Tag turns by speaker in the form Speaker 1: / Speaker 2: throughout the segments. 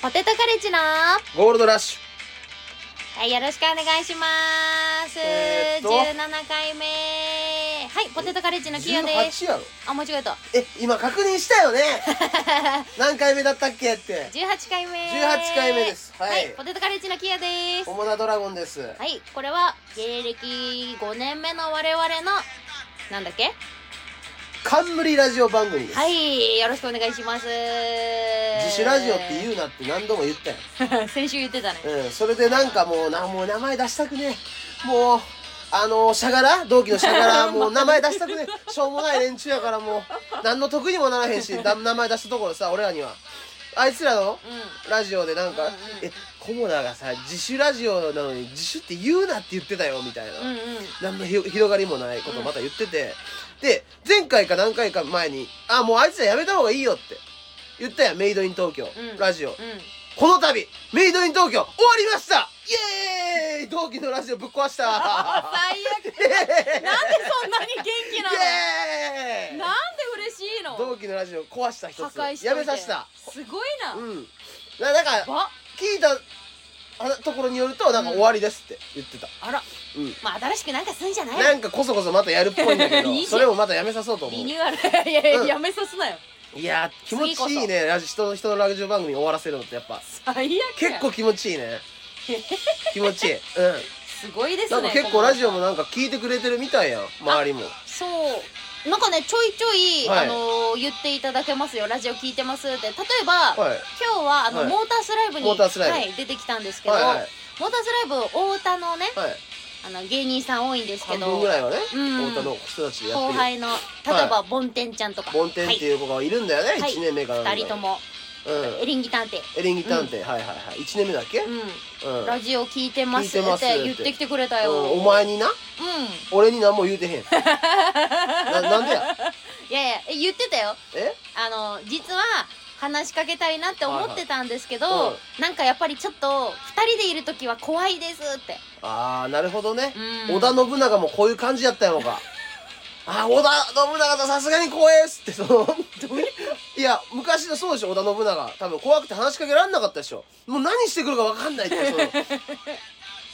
Speaker 1: ポテトカレッジのは
Speaker 2: ゴールドラッシュ
Speaker 1: いよろしくお願いします、
Speaker 2: えーっと
Speaker 1: 17回目はいポテトカレッジのキヨです
Speaker 2: 18やろ
Speaker 1: あ間違えた
Speaker 2: え今確認したよね 何回目だったっけって
Speaker 1: 18回目
Speaker 2: 18回目ですはい
Speaker 1: ポテトカレッジのキヨです
Speaker 2: 主なドラゴンです、
Speaker 1: はいこれは芸歴5年目の我々のなんだっけ
Speaker 2: 冠ラジオ番組です、
Speaker 1: はいよろしくお願いします
Speaker 2: 自主ラジオって言うなって何度も言ったよ、
Speaker 1: う 先週言ってたね
Speaker 2: うん、それでなんかもうなもう名前出したくねえもうあのしゃがら同期のしゃ がらもう名前出したくねえしょうもない連中やからもう何の得にもならへんしだ名前出したところさ俺らにはあいつらの
Speaker 1: うん
Speaker 2: ラジオでなんか、
Speaker 1: うんうん
Speaker 2: えコモナがさ自主ラジオなのに自主って言うなって言ってたよみたいな、
Speaker 1: うんうん
Speaker 2: 何のひ広がりもないことをまた言ってて、で前回か何回か前に「あもうあいつらやめた方がいいよ」って言ったやんメイドイン東京、
Speaker 1: うん
Speaker 2: ラジオ、
Speaker 1: うん
Speaker 2: この度メイドイン東京終わりましたイエーイ同期のラジオぶっ 壊した
Speaker 1: あ最 悪
Speaker 2: イエーイ
Speaker 1: なんでそんなに元気なの
Speaker 2: イエーイ
Speaker 1: なんで嬉しいの
Speaker 2: 同期のラジオ壊した
Speaker 1: 破
Speaker 2: 一
Speaker 1: 壊し
Speaker 2: つ
Speaker 1: といて
Speaker 2: やめさせた
Speaker 1: すごいな、
Speaker 2: うんななんか
Speaker 1: ば
Speaker 2: 聞いたあところによるとなんか
Speaker 1: うん
Speaker 2: 終わりですって言ってた、
Speaker 1: あら
Speaker 2: うん
Speaker 1: まあ新しくなんかすんじゃない
Speaker 2: なんかこそこそまたやるっぽいんだけ
Speaker 1: いいじ
Speaker 2: ど
Speaker 1: ゃん
Speaker 2: それもまたやめさそうと思
Speaker 1: リ
Speaker 2: う
Speaker 1: ニューアル いやいや、
Speaker 2: うん
Speaker 1: やめさすなよ
Speaker 2: いやー気持ちいいねラジ人の人のラジオ番組終わらせるのってやっぱ
Speaker 1: 最悪や
Speaker 2: 結構気持ちい いね気持ちいいうん
Speaker 1: すごいです
Speaker 2: な
Speaker 1: ね
Speaker 2: んか結構ラジオもなんか聞いてくれてるみたいやん周りも
Speaker 1: そうなんかねちょいちょい、
Speaker 2: はい
Speaker 1: あのー言っていただけますよラジオ聞いてますって例えば、
Speaker 2: はい
Speaker 1: 今日はあの、
Speaker 2: はい
Speaker 1: モータースライブに
Speaker 2: モータースライブ
Speaker 1: はい、出てきたんですけど、
Speaker 2: はいはい
Speaker 1: モータースライブ太田のね
Speaker 2: はい
Speaker 1: あの芸人さん多いんですけ
Speaker 2: 半
Speaker 1: ど
Speaker 2: 分ぐらいはね
Speaker 1: うん
Speaker 2: 太田の人たちでやっ
Speaker 1: 後
Speaker 2: てる
Speaker 1: 輩の例えば、ボンテンちゃんとか
Speaker 2: 梵天っていう子がいるんだよね
Speaker 1: はい
Speaker 2: 1年目から
Speaker 1: はい、2人とも、
Speaker 2: うん
Speaker 1: エリンギ探偵
Speaker 2: エリンギ探偵はいはいはい1年目だっけうん
Speaker 1: う
Speaker 2: うん
Speaker 1: んラジオ聞いてますっ
Speaker 2: 聞いてますってて
Speaker 1: 言ってきてくれたよ、
Speaker 2: お前にな
Speaker 1: うん
Speaker 2: 俺に何も言う てへんななんでや
Speaker 1: いやいやえ言ってたよ
Speaker 2: え
Speaker 1: あの実は話しかけたいなって思ってたんですけど、
Speaker 2: はいはい
Speaker 1: なんかやっぱりちょっと2人でいる時は怖いです って
Speaker 2: ああなるほどね
Speaker 1: うん
Speaker 2: 織田信長もこういう感じやったやろ うかああ織田信長とさすがに怖えっすってそのいや昔のそうでしょ織田信長多分怖くて話しかけられなかったでしょもう何してくるか分かんないってそ の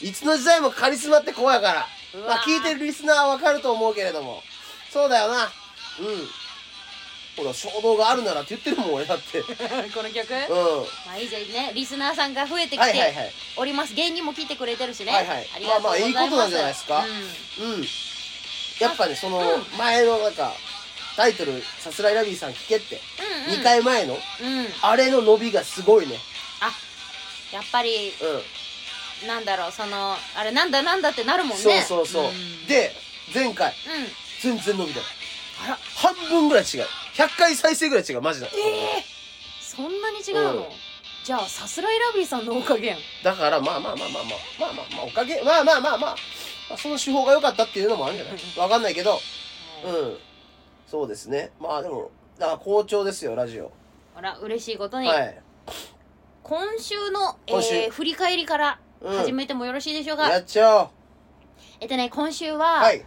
Speaker 2: いつの時代もカリスマって怖いから
Speaker 1: うわー
Speaker 2: まあ聞いてるリスナーは分かると思うけれどもそうだよなうんほら衝動があるならって言ってるもん俺 だってうん
Speaker 1: この曲まあいいじゃんねリスナーさんが増えてき
Speaker 2: はいはい
Speaker 1: て
Speaker 2: はい
Speaker 1: おります、芸人も聞いてくれてるしね、
Speaker 2: はいはい
Speaker 1: ありがとうございます
Speaker 2: まあまあいいことなんじゃないですかうんやっぱねその
Speaker 1: うん
Speaker 2: 前のなんかタイトル「さすらいラビーさん聞け」って
Speaker 1: うん、うんうん
Speaker 2: 2回前の
Speaker 1: うん
Speaker 2: あれの伸びがすごいね
Speaker 1: あやっぱり
Speaker 2: う
Speaker 1: なんだろうそのあれなんだなんだってなるもん
Speaker 2: ん
Speaker 1: ね
Speaker 2: そうそうそう
Speaker 1: うん
Speaker 2: で前回
Speaker 1: うん
Speaker 2: 全然伸びた
Speaker 1: あら
Speaker 2: 半分ぐらい違う100回再生ぐらい違うマジだ
Speaker 1: ええそんなに違うの、
Speaker 2: うん
Speaker 1: じゃあさすらいラビーさんのおかげやん
Speaker 2: だからまあまあまあまあまあまあまあまあおかげまあまあまあまあまあその手法が良かったっていうのもあるんじゃないわかんないけどうんそうですねまあでもだから好調ですよラジオ
Speaker 1: あら嬉しいことに、
Speaker 2: はい
Speaker 1: 今週の
Speaker 2: 今週
Speaker 1: えー振り返りから
Speaker 2: うん
Speaker 1: 始めてもよろしいでしょうか、
Speaker 2: やっちゃおう
Speaker 1: えっとね今週は、
Speaker 2: はい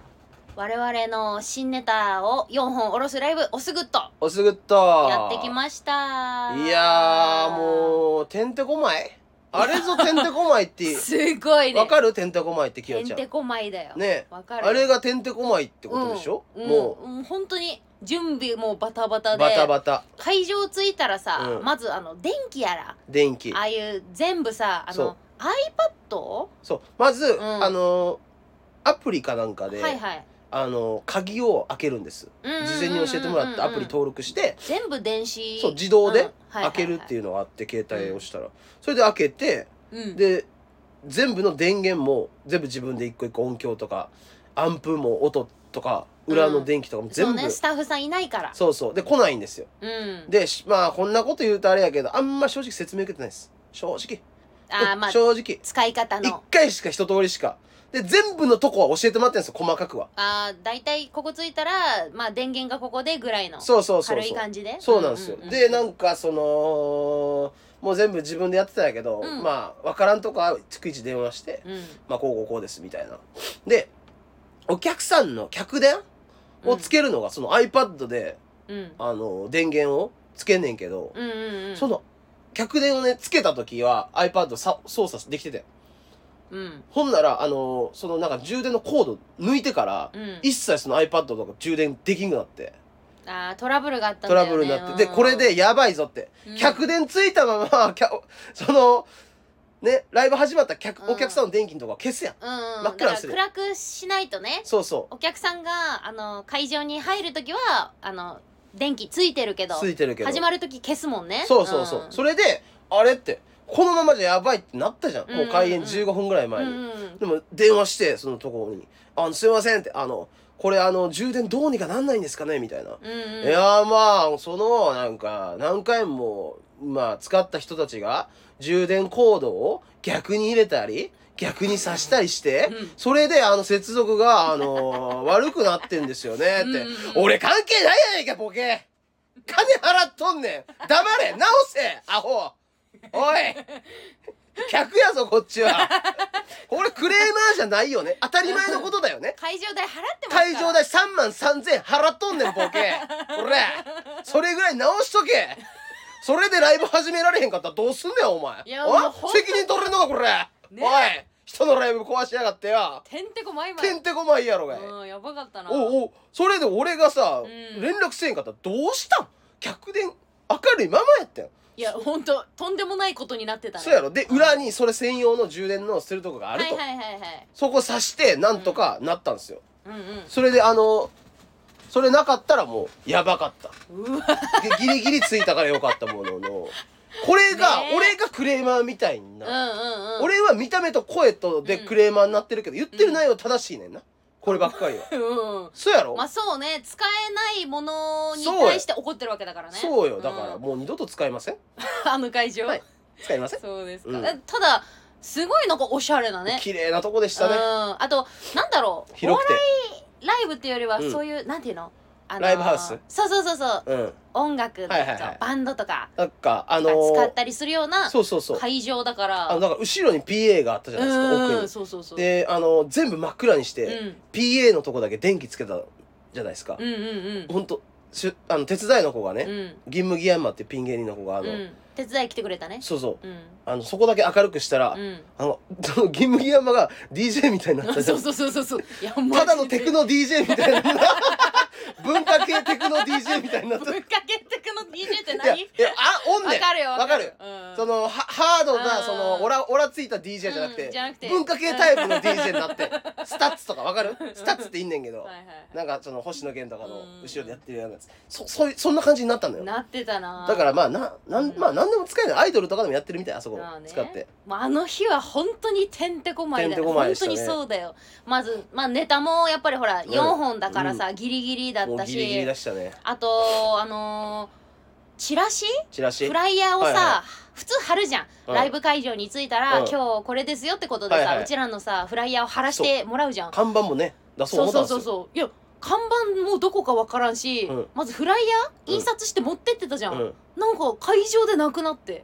Speaker 1: 我々の新ネタを4本おろすライブ「おすぐっと
Speaker 2: おすぐっ」と
Speaker 1: やってきました
Speaker 2: いやーもうてんてこまいあれぞてんてこまいっ て
Speaker 1: すごいね
Speaker 2: わかるてんてこまいってき
Speaker 1: て
Speaker 2: よ
Speaker 1: ん
Speaker 2: ちゃ
Speaker 1: て
Speaker 2: ん
Speaker 1: こまいだよ
Speaker 2: ね
Speaker 1: わかる
Speaker 2: あれがてんてこまいってことでしょ、
Speaker 1: うん、
Speaker 2: も
Speaker 1: うんうん本当に準備もバタバタ
Speaker 2: う
Speaker 1: で
Speaker 2: バタバタ
Speaker 1: 会場着いたらさ、
Speaker 2: うん
Speaker 1: まずあの電気やら
Speaker 2: 電気
Speaker 1: ああいう全部さあ
Speaker 2: そ
Speaker 1: の
Speaker 2: う
Speaker 1: iPad?
Speaker 2: そうまず、
Speaker 1: ん
Speaker 2: あのーアプリかなんかで、
Speaker 1: はいはい、
Speaker 2: あのー鍵を開けるんです
Speaker 1: うんうんうんうんうん
Speaker 2: 事前に教えてもらったアプリ登録して、
Speaker 1: 全部電子
Speaker 2: そう自動で
Speaker 1: 開
Speaker 2: 開けるって
Speaker 1: い
Speaker 2: いうのがあって携帯をしたら、それで開けて
Speaker 1: うん、うん
Speaker 2: で全部の電源も全部自分で一個一個音響とかアンプも音とか裏の電気とかも
Speaker 1: そう
Speaker 2: 全部、
Speaker 1: ねスタッフさんいないから
Speaker 2: そうそうで来ないんですよ
Speaker 1: うん
Speaker 2: でしまあこんなこと言うとあれやけどあんま正直説明受けてないです正直
Speaker 1: あーまあ
Speaker 2: 正直
Speaker 1: 使い方
Speaker 2: 一
Speaker 1: の
Speaker 2: 回しか一通りしかで全部のとこは教えてもらってるんですよ細かくは
Speaker 1: あー大体ここ着いたらまあ電源がここでぐらいの
Speaker 2: そうそうそう
Speaker 1: 軽
Speaker 2: そ
Speaker 1: いう感じで
Speaker 2: そうなんですよ、
Speaker 1: ううう
Speaker 2: でなんかそのもう全部自分でやってたんやけど、
Speaker 1: うん
Speaker 2: まあわからんとこは逐一電話して
Speaker 1: うん
Speaker 2: まあ、こうこうこうですみたいな。で、お客さんの客電をつけるのが、その iPad で、
Speaker 1: うん
Speaker 2: あの、電源をつけんねんけど、
Speaker 1: うんうんうん
Speaker 2: その客電をね、つけた時は iPad さ操作できてて。
Speaker 1: うん
Speaker 2: ほんなら、あのーそのなんか充電のコード抜いてから、
Speaker 1: うん
Speaker 2: 一切その iPad とか充電できんくなって、
Speaker 1: あートラブルがあったん
Speaker 2: ト
Speaker 1: だよ
Speaker 2: ラ
Speaker 1: ね
Speaker 2: ブルになって。で、これ、でやばいぞって。
Speaker 1: うん
Speaker 2: 客電ついたまま、 きゃその、ね、ライブ始まった客、
Speaker 1: うん
Speaker 2: お客さんの電気のとか消すやん。
Speaker 1: うんうん、
Speaker 2: 真っ暗にする
Speaker 1: だから暗くしないとね
Speaker 2: そうそ
Speaker 1: お客さんがあの会場に入る時はあの電気ついてるけ
Speaker 2: う。
Speaker 1: ど
Speaker 2: ついてるけど。
Speaker 1: 始まる時消すもんね
Speaker 2: そうそうそう。
Speaker 1: ん
Speaker 2: それで、あれって、このままじゃやばいってなったじゃん。もう開演
Speaker 1: うんうんうん
Speaker 2: 15分ぐらい前に。
Speaker 1: うんうん
Speaker 2: でも電話して、そのところに。あの、すいませんって、あの、これあの、充電どうにかなんないんですかねみたいな。
Speaker 1: うんうん
Speaker 2: いやーまあ、その、なんか、何回も、まあ、使った人たちが、充電コードを逆に入れたり、逆に挿したりして、
Speaker 1: うん
Speaker 2: それで、あの、接続が、あのー悪くなってんですよね、って。
Speaker 1: うんうん
Speaker 2: 俺関係ないやないか、ボケ金払っとんねん黙れ直せアホおい客やぞ、こっち は俺クレーマーじゃないよね。当たり前のことだよね。
Speaker 1: 会場代払ってますから
Speaker 2: 会場代3万3000払っとんねん ボケ俺それぐらい直しとけそれでライブ始められへんかったらどうすんねんお前
Speaker 1: いやもう
Speaker 2: お
Speaker 1: ほんとに
Speaker 2: 責任取れんのかこれ、
Speaker 1: ね
Speaker 2: おい人のライブ壊しやがってよ
Speaker 1: てんてこまいまい
Speaker 2: てんてこまいやろがい、
Speaker 1: うんやばかったな
Speaker 2: おうおうそれで俺がさ、
Speaker 1: うん
Speaker 2: 連絡せえんかったらどうしたん客電明るいままやったよ、
Speaker 1: いや本当とんでもないことになってたね
Speaker 2: そうやろで裏にそれ専用の充電のするとこがあると、
Speaker 1: はいはいはいはい
Speaker 2: そこ挿してなんとかなったんですよ、
Speaker 1: うん
Speaker 2: それであのそれなかったらもうやばかった
Speaker 1: うんうわ
Speaker 2: でギリギリついたからよかったもののこれが、
Speaker 1: ねえ
Speaker 2: 俺がクレーマーみたいに
Speaker 1: う
Speaker 2: なる、
Speaker 1: んうんうん
Speaker 2: 俺は見た目と声とで
Speaker 1: うん
Speaker 2: クレーマーになってるけど言ってる内容正しいねんなこればっかりは
Speaker 1: うん
Speaker 2: そうやろ、
Speaker 1: まあそうね使えないものに
Speaker 2: そうや
Speaker 1: 対して怒ってるわけだからね
Speaker 2: そうよだから
Speaker 1: ん
Speaker 2: もう二度と使いません
Speaker 1: あの会場
Speaker 2: はい使いません
Speaker 1: そうです
Speaker 2: う
Speaker 1: か
Speaker 2: ん
Speaker 1: えただすごいなんかおしゃれなね
Speaker 2: 綺麗なとこでし
Speaker 1: う
Speaker 2: たね
Speaker 1: んあとなんだろうお
Speaker 2: 広くて
Speaker 1: ライブっていうよりは
Speaker 2: うん
Speaker 1: そういうなんていうのあのー
Speaker 2: ライブハウス
Speaker 1: そうそうそうそう
Speaker 2: うん
Speaker 1: 音楽と
Speaker 2: はいはいは
Speaker 1: か
Speaker 2: い
Speaker 1: バンドとか
Speaker 2: なんかあの
Speaker 1: が使っ
Speaker 2: ー、
Speaker 1: たりするような
Speaker 2: そうそうそう
Speaker 1: 会場だか
Speaker 2: あ
Speaker 1: ら
Speaker 2: のだから後ろに PA があったじゃないですか
Speaker 1: う
Speaker 2: 奥
Speaker 1: ん
Speaker 2: に
Speaker 1: そうそうそう
Speaker 2: であのー全部真っ暗にし
Speaker 1: う
Speaker 2: て、
Speaker 1: ん
Speaker 2: PA のとこだけ電気つけたじゃないですか、
Speaker 1: うんうん
Speaker 2: ほんとしゅあの手伝いの子がね、
Speaker 1: うんうん
Speaker 2: 銀麦ヤンマってピン芸人の子があの、
Speaker 1: うん手伝い来てくれたね
Speaker 2: そうそ
Speaker 1: う
Speaker 2: う
Speaker 1: ん
Speaker 2: あのそこだけ明るくしたら、
Speaker 1: うん
Speaker 2: あのその銀麦ヤンマが DJ みたいになったじゃ
Speaker 1: そ
Speaker 2: ん
Speaker 1: うそうそうそうそういやマジで
Speaker 2: ただのテクノ DJ みた いな文化系テクノ DJ みたいになっ
Speaker 1: ぶった
Speaker 2: い
Speaker 1: かけテクノ DJ って
Speaker 2: や
Speaker 1: 何
Speaker 2: いやあおん
Speaker 1: わ
Speaker 2: ねん
Speaker 1: かるよ
Speaker 2: わかる
Speaker 1: うん
Speaker 2: そのはハードな
Speaker 1: うん
Speaker 2: そのオラオラついた DJ じゃなくて,、
Speaker 1: うんじゃなくて
Speaker 2: 文化系タイプの DJ になって スタッツとかわかるスタッツっていいねんけど、
Speaker 1: はいはい
Speaker 2: なんかその星野源とかの
Speaker 1: うん
Speaker 2: 後ろでやってるようなやつそそういうそんな感じになったんだよ
Speaker 1: なってたな
Speaker 2: だからまあななん、まあ何でも使えないアイドルとかでもやってるみたいあそこ
Speaker 1: まあね
Speaker 2: 使って
Speaker 1: もうあの日は本当にてんてこまいだ
Speaker 2: てん
Speaker 1: よ、
Speaker 2: てこまい
Speaker 1: 本
Speaker 2: でした
Speaker 1: 当
Speaker 2: ね
Speaker 1: にそうだよまず、まあ、ネタもやっぱりほら
Speaker 2: ん
Speaker 1: 4本だからさ、ギリギリだっ
Speaker 2: もう
Speaker 1: たし
Speaker 2: ギリギリ出したね
Speaker 1: あとあのーチラシ
Speaker 2: チラシ
Speaker 1: フライヤーをさ、
Speaker 2: はいは
Speaker 1: 普通貼るじゃん、
Speaker 2: うん
Speaker 1: ライブ会場に着いたら、
Speaker 2: うん
Speaker 1: 今日これですよってことでさ、
Speaker 2: はいはいう
Speaker 1: ちらのさフライヤーを貼らしてもらうじゃん
Speaker 2: 看板もね出そう
Speaker 1: そう
Speaker 2: 思った
Speaker 1: そ
Speaker 2: ん
Speaker 1: う
Speaker 2: です
Speaker 1: そう
Speaker 2: よ
Speaker 1: そういや看板もどこかわからんし、
Speaker 2: うん
Speaker 1: まずフライヤー
Speaker 2: うん
Speaker 1: 印刷して持ってってたじゃん、
Speaker 2: うん
Speaker 1: なんか会場でなくなって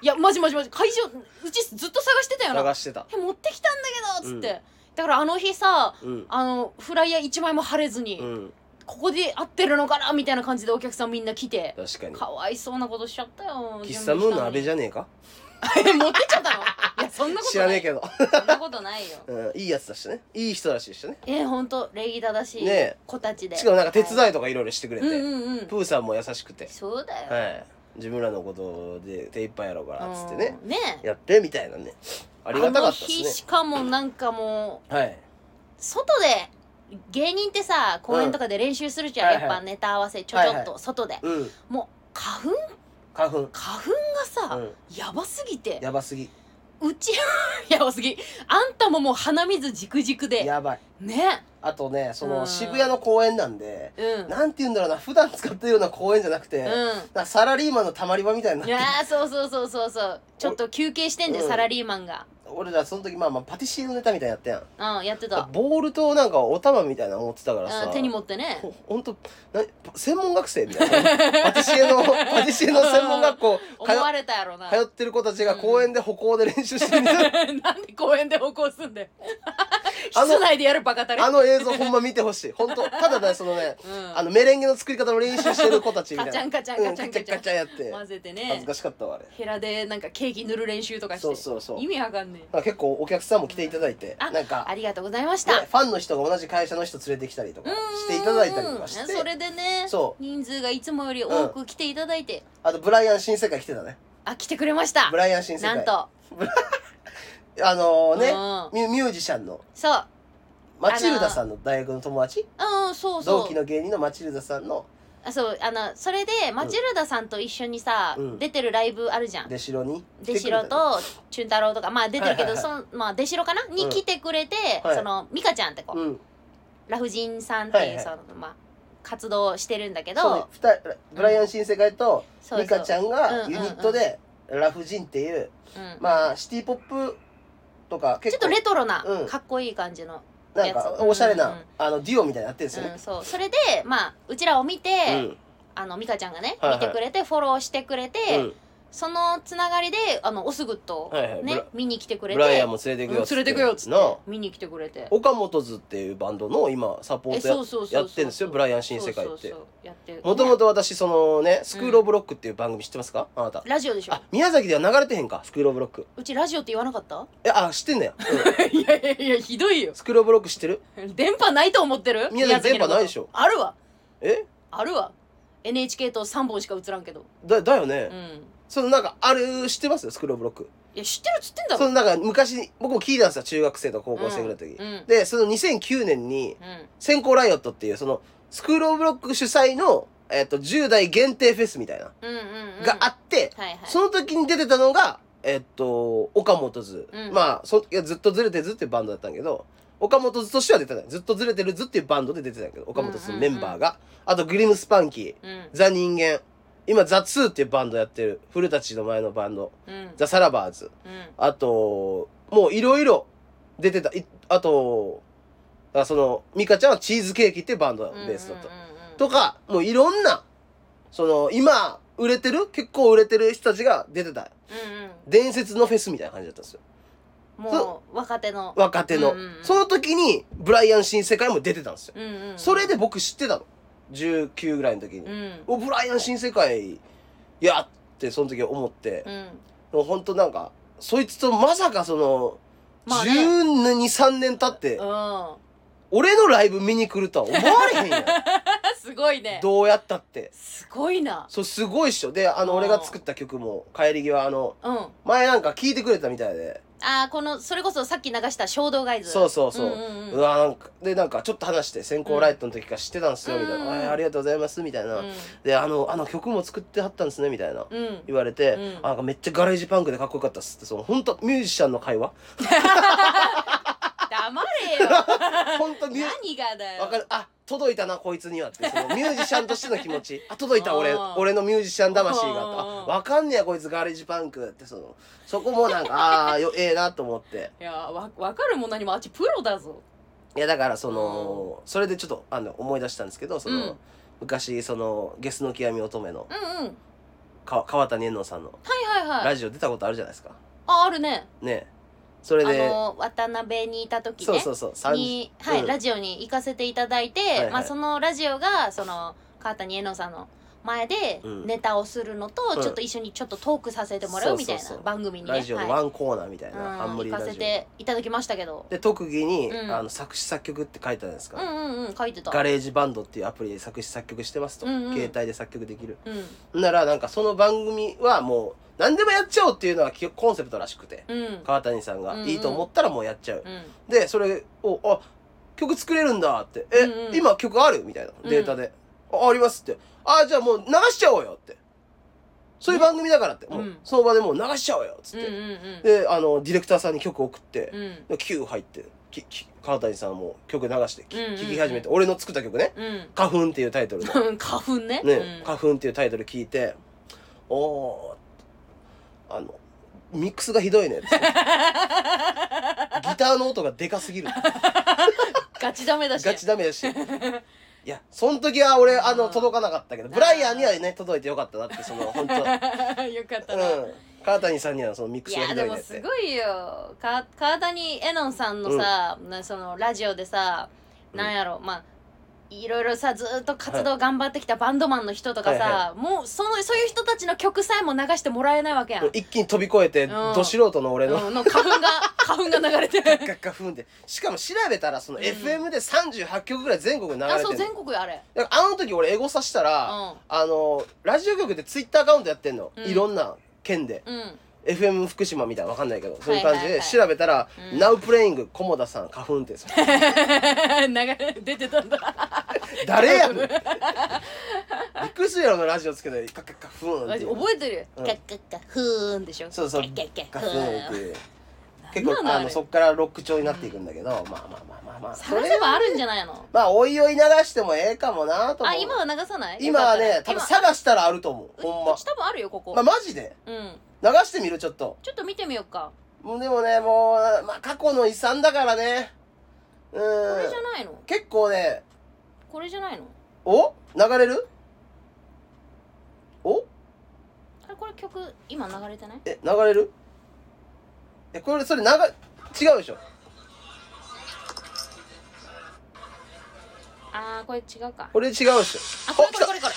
Speaker 1: いやマジマジマジ会場うちずっと探してたよな
Speaker 2: 探してた
Speaker 1: え持ってきたんだけどっつって、
Speaker 2: うん
Speaker 1: だからあの日さ
Speaker 2: うん
Speaker 1: あのフライヤー1枚も貼れずに、
Speaker 2: うん
Speaker 1: ここで合ってるのかなみたいな感じでお客さんみんな来て
Speaker 2: 確かに
Speaker 1: かわいそうなことしちゃったよ
Speaker 2: 喫茶ムーンの阿部じ
Speaker 1: ゃ
Speaker 2: ゃねえか
Speaker 1: 持ってっちゃったのいやそんなこと
Speaker 2: 知
Speaker 1: ない
Speaker 2: らねえけど
Speaker 1: そんなことないよ
Speaker 2: うんいいやつだしねいい人らしいでしたね
Speaker 1: えほんと礼儀正しい
Speaker 2: ねえ
Speaker 1: 子たちで、
Speaker 2: しかもなんか手伝
Speaker 1: はい
Speaker 2: とかいろいろしてくれ
Speaker 1: い、うん
Speaker 2: て
Speaker 1: うんうん
Speaker 2: プーさんも優しくて
Speaker 1: そうだよ、
Speaker 2: はい自分らのことで手一杯やろうからっつってね
Speaker 1: うんねえ
Speaker 2: やってみたいなねありがたかった
Speaker 1: あの日
Speaker 2: です
Speaker 1: しかもなんかもう
Speaker 2: ねはい
Speaker 1: 外で芸人ってさ公園とかで練習するじゃん、
Speaker 2: う
Speaker 1: や
Speaker 2: ん
Speaker 1: っ
Speaker 2: はい
Speaker 1: ぱ
Speaker 2: は
Speaker 1: ネタ合わせちょちょ
Speaker 2: は
Speaker 1: っ
Speaker 2: いは
Speaker 1: と外で、
Speaker 2: うん
Speaker 1: もう花粉
Speaker 2: 花粉
Speaker 1: 花粉がさ、
Speaker 2: うん
Speaker 1: やばすぎて
Speaker 2: やばすぎ
Speaker 1: うち やばすぎあんたももう鼻水じくじくで
Speaker 2: やばい
Speaker 1: ね
Speaker 2: あとねそうの
Speaker 1: ん
Speaker 2: 渋谷の公園なんで
Speaker 1: うん
Speaker 2: なんて言うんだろうな普段使ってるような公園じゃなくて、なん
Speaker 1: う
Speaker 2: かサラリーマンのたまり場みたいになん
Speaker 1: い
Speaker 2: って
Speaker 1: やー
Speaker 2: る
Speaker 1: そうそうそうそうそうちょっと休憩してんで、
Speaker 2: うん
Speaker 1: サラリーマンが
Speaker 2: 俺らその時まあまあパティシエのネタみたいなのやったやん
Speaker 1: うんやってた、
Speaker 2: ボールとなんかお玉みたいなの持ってたからさ、
Speaker 1: うん、手に持ってね
Speaker 2: ほほんとな専門学生みたいなパティシエ のパティシエの専門学校通
Speaker 1: 思われたやろな
Speaker 2: 通ってる子たちが公園で歩行で練習してるみたいな、
Speaker 1: なんで公園で歩行すんだよ
Speaker 2: あの
Speaker 1: 室内でやるバカタレ
Speaker 2: あの映像ほんま見てほしい本当ただねそのね、
Speaker 1: うん
Speaker 2: あのメレンゲの作り方の練習してる子たちみたいな
Speaker 1: カチャンカチャン
Speaker 2: う
Speaker 1: カ
Speaker 2: ん
Speaker 1: チャン
Speaker 2: カ
Speaker 1: カ
Speaker 2: チ
Speaker 1: チ
Speaker 2: ャ
Speaker 1: ャン
Speaker 2: ンカチャンやって
Speaker 1: 混ぜて
Speaker 2: 恥ず
Speaker 1: ね
Speaker 2: かしかったわあれだか
Speaker 1: ヘラでなんかケーキ塗る練習とかして
Speaker 2: そうそうそう
Speaker 1: 意味わかんねえ
Speaker 2: ら結構お客さんも来ていただいて
Speaker 1: あ
Speaker 2: なんか
Speaker 1: ありがとうございまし
Speaker 2: ね
Speaker 1: た、
Speaker 2: ファンの人が同じ会社の人連れてきたりとか
Speaker 1: うん
Speaker 2: していただいたりとかして
Speaker 1: それでね
Speaker 2: そう
Speaker 1: 人数がいつもより多く来ていただいて、
Speaker 2: あとブライアン新世界来てたね
Speaker 1: あ来てくれました
Speaker 2: ブライアン新世界
Speaker 1: なんと
Speaker 2: あの
Speaker 1: う
Speaker 2: ねミュミュージシャンの
Speaker 1: そう
Speaker 2: マチルダさんの大学の友達
Speaker 1: うんそうそう
Speaker 2: 同期の芸人のマチルダさんの
Speaker 1: あそうあのそれでマチルダさんと一緒にさ、
Speaker 2: うん
Speaker 1: 出てるライブあるじゃん
Speaker 2: 出城に
Speaker 1: 出城とチュン太郎とかまあ出てるけど、
Speaker 2: はいはい
Speaker 1: そのまあ出城かなに来てくれて、
Speaker 2: はい
Speaker 1: そのミカちゃんって子、
Speaker 2: うん
Speaker 1: ラフジンさんっていう、
Speaker 2: はいはい
Speaker 1: そのまあ活動してるんだけ
Speaker 2: そうね
Speaker 1: ど
Speaker 2: 二人ブライアン新世界と
Speaker 1: そう
Speaker 2: ミカち
Speaker 1: ん、
Speaker 2: ゃんがユニットでラフジンっていう
Speaker 1: うん
Speaker 2: まあシティポップとか
Speaker 1: ちょ
Speaker 2: 結
Speaker 1: っと
Speaker 2: 構
Speaker 1: レトロな、
Speaker 2: うん
Speaker 1: かっこいい感じの、
Speaker 2: なん
Speaker 1: や
Speaker 2: か
Speaker 1: つ
Speaker 2: おしゃれ
Speaker 1: うんう
Speaker 2: なんあのデュオみたいになってるんですよ
Speaker 1: う
Speaker 2: ね
Speaker 1: ん、そうそれでまあうちらを見て、
Speaker 2: うん
Speaker 1: あのミカちゃんがね、
Speaker 2: はいはい
Speaker 1: 見てくれてフォローしてくれて、
Speaker 2: うん
Speaker 1: そのつながりであのオスグッドを
Speaker 2: はいはい
Speaker 1: ね、
Speaker 2: ブラ
Speaker 1: 見に来てくれ
Speaker 2: ブライ
Speaker 1: て
Speaker 2: アンも連れてくよっつ
Speaker 1: うん連れてくよっつって
Speaker 2: なあ
Speaker 1: 見に来てくれて
Speaker 2: 岡本図っていうバンドの今サポートや
Speaker 1: うそう
Speaker 2: やってんですよブライアン新世界って
Speaker 1: そうそうそうやってる
Speaker 2: もともと私そのねスクールオブロックっていう番組知ってますかあなた
Speaker 1: ラジオでしょ
Speaker 2: あ宮崎では流れてへんかスクールオブロック
Speaker 1: うちラジオって言わなかった
Speaker 2: えあ知ってんだよ、うん
Speaker 1: いやいやいやひどい よ
Speaker 2: スクールオブロック知ってる
Speaker 1: 電波ないと思ってる
Speaker 2: 宮崎電波
Speaker 1: のこと
Speaker 2: ないでしょ
Speaker 1: あるわ
Speaker 2: え
Speaker 1: あるわ NHK と3本しか映らんけど
Speaker 2: だだよ
Speaker 1: う
Speaker 2: ね、
Speaker 1: ん
Speaker 2: そのなんかあれ知ってますスクールオブロック
Speaker 1: いや知ってるっつってんだ
Speaker 2: そ
Speaker 1: ろ
Speaker 2: のなんか昔僕も聞いたんですよ中学生とか高校生ぐらいの時、
Speaker 1: うんうん
Speaker 2: でその2009年に
Speaker 1: うん
Speaker 2: 先行ライオットっていうそのスクールオブロック主催の、えっと10代限定フェスみたいな、
Speaker 1: うんうんうん
Speaker 2: があって、
Speaker 1: はいはい
Speaker 2: その時に出てたのが、えっと、岡本図。
Speaker 1: うん
Speaker 2: まあそいや、ずっとずれてずっていうバンドだったんやけど、岡本図としては出てない。ずっとずれてるずっていうバンドで出てたんやけど、岡本図のメンバーが。あと、グリムスパンキー、
Speaker 1: うん
Speaker 2: ザ人間。今、ザツーっていうバンドやってる。古たちの前のバンド。
Speaker 1: うん
Speaker 2: ザサラバーズ。
Speaker 1: うん
Speaker 2: あと、もういろいろ出てた。いあと、あその、ミカちゃんはチーズケーキっていうバンドのベースだった。
Speaker 1: うんうんうんうん
Speaker 2: とか、もういろんな、その、今、売れてる結構売れてる人たちが出てた。
Speaker 1: うんうん
Speaker 2: 伝説のフェスみたいな感じだったんですよ。
Speaker 1: もう若手の
Speaker 2: 若手の。
Speaker 1: うんうんうん
Speaker 2: その時に、ブライアン新世界も出てたんですよ。
Speaker 1: うんうんうん
Speaker 2: それで僕知ってたの。19ぐらいの時に。
Speaker 1: うん
Speaker 2: お、ブライアン新世界、やって、その時思って
Speaker 1: う。ん
Speaker 2: もう本当なんか、そいつとまさかその、
Speaker 1: まあね
Speaker 2: 12、3年経って、
Speaker 1: うん
Speaker 2: 俺のライブ見に来るとは思われへん やん。
Speaker 1: すごいね
Speaker 2: どうやったって。
Speaker 1: すごいな
Speaker 2: そう、すごいっしょ。で、あの、
Speaker 1: うん
Speaker 2: 俺が作った曲も、帰り際、あの、
Speaker 1: うんあ
Speaker 2: 前なんか聞いてくれたみたいで、
Speaker 1: ーこのそれこそさっき流した衝動ガイズ
Speaker 2: そうそうそう。
Speaker 1: んうん
Speaker 2: う
Speaker 1: うん
Speaker 2: わなんかでなんかちょっと話して先行ライトの時から知ってたんですよみたいな
Speaker 1: う、ん
Speaker 2: あーありがとうございますみたいな、
Speaker 1: うん
Speaker 2: であのあの曲も作ってはったんですねみたいな
Speaker 1: うん
Speaker 2: 言われて、
Speaker 1: うん
Speaker 2: あなんかめっちゃガレージパンクでかっこよかったっすってその本当ミュージシャンの会 話
Speaker 1: 黙れよ
Speaker 2: 本当ミュー
Speaker 1: 何がだよ
Speaker 2: わかるあ届いたなこいつにはってそのミュージシャンとしての気持ちあ届いた俺
Speaker 1: あー
Speaker 2: 俺のミュージシャン魂があ
Speaker 1: うんうんうん
Speaker 2: あわかんねやこいつガレージパンクってそのそこもなんか ああーよええなと思って
Speaker 1: いやわわかるも何もあっちプロだぞ
Speaker 2: いやだからその、それでちょっとあの思い出したんですけどその、
Speaker 1: うん
Speaker 2: 昔その「ゲスの極み乙女」の
Speaker 1: うんうんはい
Speaker 2: か川谷絵音さんの
Speaker 1: はいはい
Speaker 2: ラジオ出たことあるじゃないですか。
Speaker 1: ああるね
Speaker 2: ねえそれ
Speaker 1: あ
Speaker 2: で、
Speaker 1: の渡辺にいた時ね
Speaker 2: そうそうそう三
Speaker 1: に、はい
Speaker 2: うん
Speaker 1: ラジオに行かせていただいて、
Speaker 2: いはい
Speaker 1: まあ、そのラジオがその川谷絵音さんの前で
Speaker 2: うん
Speaker 1: ネタをするのと、
Speaker 2: うん
Speaker 1: ちょっと一緒にちょっとトークさせてもらうみたい
Speaker 2: そうそう
Speaker 1: な
Speaker 2: そう
Speaker 1: 番組にね
Speaker 2: ラジオの
Speaker 1: は
Speaker 2: ワ
Speaker 1: い
Speaker 2: ンコーナーみたいな、ハン
Speaker 1: う
Speaker 2: ム
Speaker 1: ん、
Speaker 2: リ
Speaker 1: 行
Speaker 2: ー
Speaker 1: か
Speaker 2: ラ
Speaker 1: せ
Speaker 2: ジオ。
Speaker 1: ていただきましたけど
Speaker 2: で特技に、
Speaker 1: うん
Speaker 2: あの作詞作曲って書いてあるんですか、
Speaker 1: うんうんうん書いてた
Speaker 2: ガレージバンドっていうアプリで作詞作曲してますと、
Speaker 1: うんうん
Speaker 2: 携帯で作曲できる
Speaker 1: うん
Speaker 2: ならなんかその番組はもう何でもやっちゃおうっていうのがきコンセプトらしくて、
Speaker 1: うんうん
Speaker 2: 川谷さんが、
Speaker 1: うんうん
Speaker 2: いいと思ったらもうやっちゃう、でそれを「あ曲作れるんだ」って「え、
Speaker 1: うんうん
Speaker 2: 今曲ある?」みたいな
Speaker 1: うん
Speaker 2: データで「ああります」って「あじゃあもう流しちゃおうよ」ってそういう番組だからって、もう
Speaker 1: うん
Speaker 2: その場でもう流しちゃおうよっつ
Speaker 1: う
Speaker 2: っ
Speaker 1: ん
Speaker 2: て、
Speaker 1: うんうん
Speaker 2: であのディレクターさんに曲送って
Speaker 1: う、ん
Speaker 2: で Q 入ってきき川谷さんも曲流して聴、
Speaker 1: うんうんうん
Speaker 2: 聞き始めて俺の作った曲ね
Speaker 1: うん
Speaker 2: 「花粉」っていうタイトルの
Speaker 1: 花粉ね
Speaker 2: ね、
Speaker 1: うん
Speaker 2: 花粉」っていうタイトル聞いて「おおあのミックスがひどい ね」ってギターの音がでかすぎる
Speaker 1: ガチダメだし
Speaker 2: ガチダメやしいやその時は俺あ
Speaker 1: あ
Speaker 2: の
Speaker 1: ー
Speaker 2: 届かなかったけどブライアンにはね届いてよかったなってその本当
Speaker 1: よか ったな、
Speaker 2: うん川谷さんにはそのミック
Speaker 1: い
Speaker 2: スが
Speaker 1: や
Speaker 2: ひ
Speaker 1: で
Speaker 2: どいね
Speaker 1: も
Speaker 2: って
Speaker 1: すごいよか川谷絵音さんのさ、なそのラジオでさ、
Speaker 2: うん
Speaker 1: なんやろまあいろいろさずーっと活動頑張ってきたバンドマンの人とかさ、
Speaker 2: はい
Speaker 1: もうそのそういう人たちの曲さえも流してもらえないわけやん、
Speaker 2: 一気に飛び越えて、
Speaker 1: うん
Speaker 2: ど素人の俺の、
Speaker 1: うんの花粉が 花粉が流れて
Speaker 2: ガッガフンでしかも調べたらその
Speaker 1: うん
Speaker 2: FM で38曲ぐらい全国に流れて
Speaker 1: あ
Speaker 2: る
Speaker 1: そう全国やあれ
Speaker 2: だからあの時俺エゴサしたら、あのラジオ局でツイッターアカウントやってんの、
Speaker 1: うん
Speaker 2: いろんな県で
Speaker 1: うん うん、
Speaker 2: FM 福島みたいなわかんないけどそういう感じ
Speaker 1: はいはい
Speaker 2: で
Speaker 1: はい
Speaker 2: 調べたら「
Speaker 1: うん
Speaker 2: NowPlaying 菰田さん花粉」ってさ
Speaker 1: 流れ出てたん だ
Speaker 2: 誰やねんびっくりするやろなラジオつけて「カッカッカフーン」っ
Speaker 1: 私
Speaker 2: ていう
Speaker 1: 覚えてるよ、
Speaker 2: うん
Speaker 1: カッカッカフーンでしょ
Speaker 2: そうそう
Speaker 1: カッカッ
Speaker 2: カ
Speaker 1: カ
Speaker 2: ッ
Speaker 1: フ
Speaker 2: フーン
Speaker 1: ー
Speaker 2: っ
Speaker 1: ン
Speaker 2: ていう結構
Speaker 1: なんだ
Speaker 2: あ
Speaker 1: あ
Speaker 2: の
Speaker 1: れ
Speaker 2: そっからロック調になっていくんだけど、まあまあまあまあまあそ
Speaker 1: 探
Speaker 2: れ
Speaker 1: せばあるんじゃないの
Speaker 2: まあおいおい流してもええかもなと思
Speaker 1: あ
Speaker 2: う
Speaker 1: 今は流さない
Speaker 2: 今はね多
Speaker 1: 今
Speaker 2: 分探したらあると思う
Speaker 1: う
Speaker 2: ほんま
Speaker 1: ち多分あるよここ、
Speaker 2: まあマジで
Speaker 1: うん
Speaker 2: 流してみるちょっと
Speaker 1: ちょっと見てみようか、
Speaker 2: もうでもねもう、まあ、過去の遺産だからねう
Speaker 1: これ
Speaker 2: ん
Speaker 1: じゃないの
Speaker 2: 結構ね
Speaker 1: これじゃないの
Speaker 2: お流れるお
Speaker 1: あれこれ曲今流れてない
Speaker 2: え流れるえこれそれ流違うでしょ
Speaker 1: あーこれ違うか
Speaker 2: これ違うでしょ
Speaker 1: あこれ
Speaker 2: お来
Speaker 1: これ
Speaker 2: た
Speaker 1: これこれ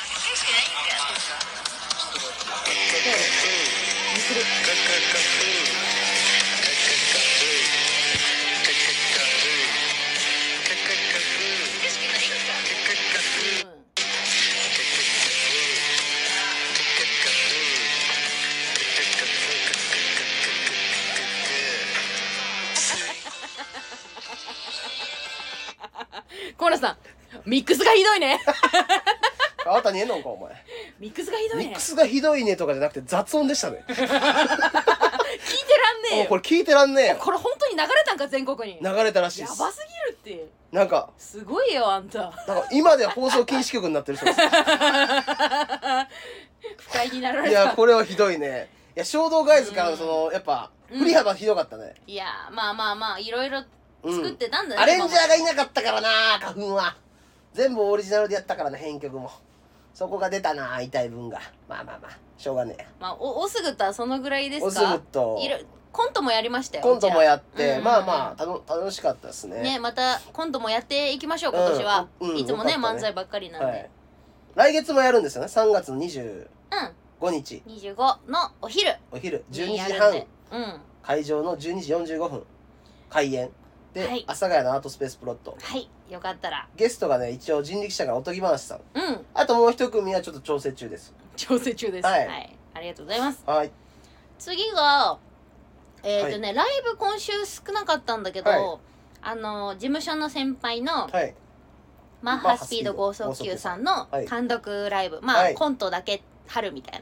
Speaker 1: うんコーラさんミックスがひどいね
Speaker 2: 川谷絵音かお前
Speaker 1: ミックスがひどい
Speaker 2: ミッ
Speaker 1: ね
Speaker 2: クスがひどいねとかじゃなくて雑音でしたね
Speaker 1: 聞いてらんねえ
Speaker 2: お
Speaker 1: よ
Speaker 2: これ聞いてらんねえよ
Speaker 1: これ本当に流れたんか全国にや
Speaker 2: 流れたらしいです
Speaker 1: ばすぎるって
Speaker 2: なんか
Speaker 1: すごいよあん た
Speaker 2: なんか今では放送禁止曲になって るそうです
Speaker 1: 不快になられ
Speaker 2: い
Speaker 1: たい
Speaker 2: や
Speaker 1: や
Speaker 2: これはひどいねいや衝動外図から
Speaker 1: うん
Speaker 2: そのやっぱ
Speaker 1: うん
Speaker 2: 振り幅ひどかったね、
Speaker 1: まあまあまあいろいろ
Speaker 2: うん
Speaker 1: 作ってたんだね、
Speaker 2: アレンジャーがいなかったからな花粉は全部オリジナルでやったからな編曲もそこが出たな痛い分がまあまあまあしょうがねえ
Speaker 1: まあ、おオスグとはそのぐらいですか
Speaker 2: オスグッド
Speaker 1: いろコントもやりましたよ
Speaker 2: コントもやっ
Speaker 1: うちら
Speaker 2: て
Speaker 1: うん
Speaker 2: まあまあたの楽しかったですね
Speaker 1: ねまたコントもやっていきましょう今年は、
Speaker 2: うんうん
Speaker 1: いつもね
Speaker 2: よかったね
Speaker 1: 漫才ばっかりなんで、
Speaker 2: はい来月もやるんですよね3月の25日
Speaker 1: うん25のお昼
Speaker 2: お昼12
Speaker 1: にや
Speaker 2: 時
Speaker 1: るん
Speaker 2: 半
Speaker 1: でうん
Speaker 2: 会場の12時45分開演で、
Speaker 1: はい
Speaker 2: 阿佐ヶ谷のアートスペースプロッ
Speaker 1: は
Speaker 2: ト
Speaker 1: いよかったら
Speaker 2: ゲストがね一応人力車からおとぎ話さん
Speaker 1: うん
Speaker 2: あともう一組はちょっと調整中です
Speaker 1: 調整中です
Speaker 2: はい
Speaker 1: ありがとうございます
Speaker 2: はい
Speaker 1: 次がえっ、とね、ライブ今週少なかったんだけど、
Speaker 2: はい
Speaker 1: あの事務所の先輩の
Speaker 2: はい
Speaker 1: マッハスピード豪速球さんの
Speaker 2: はい
Speaker 1: 単独ライブ、まあ、
Speaker 2: はい
Speaker 1: コントだけ春みたい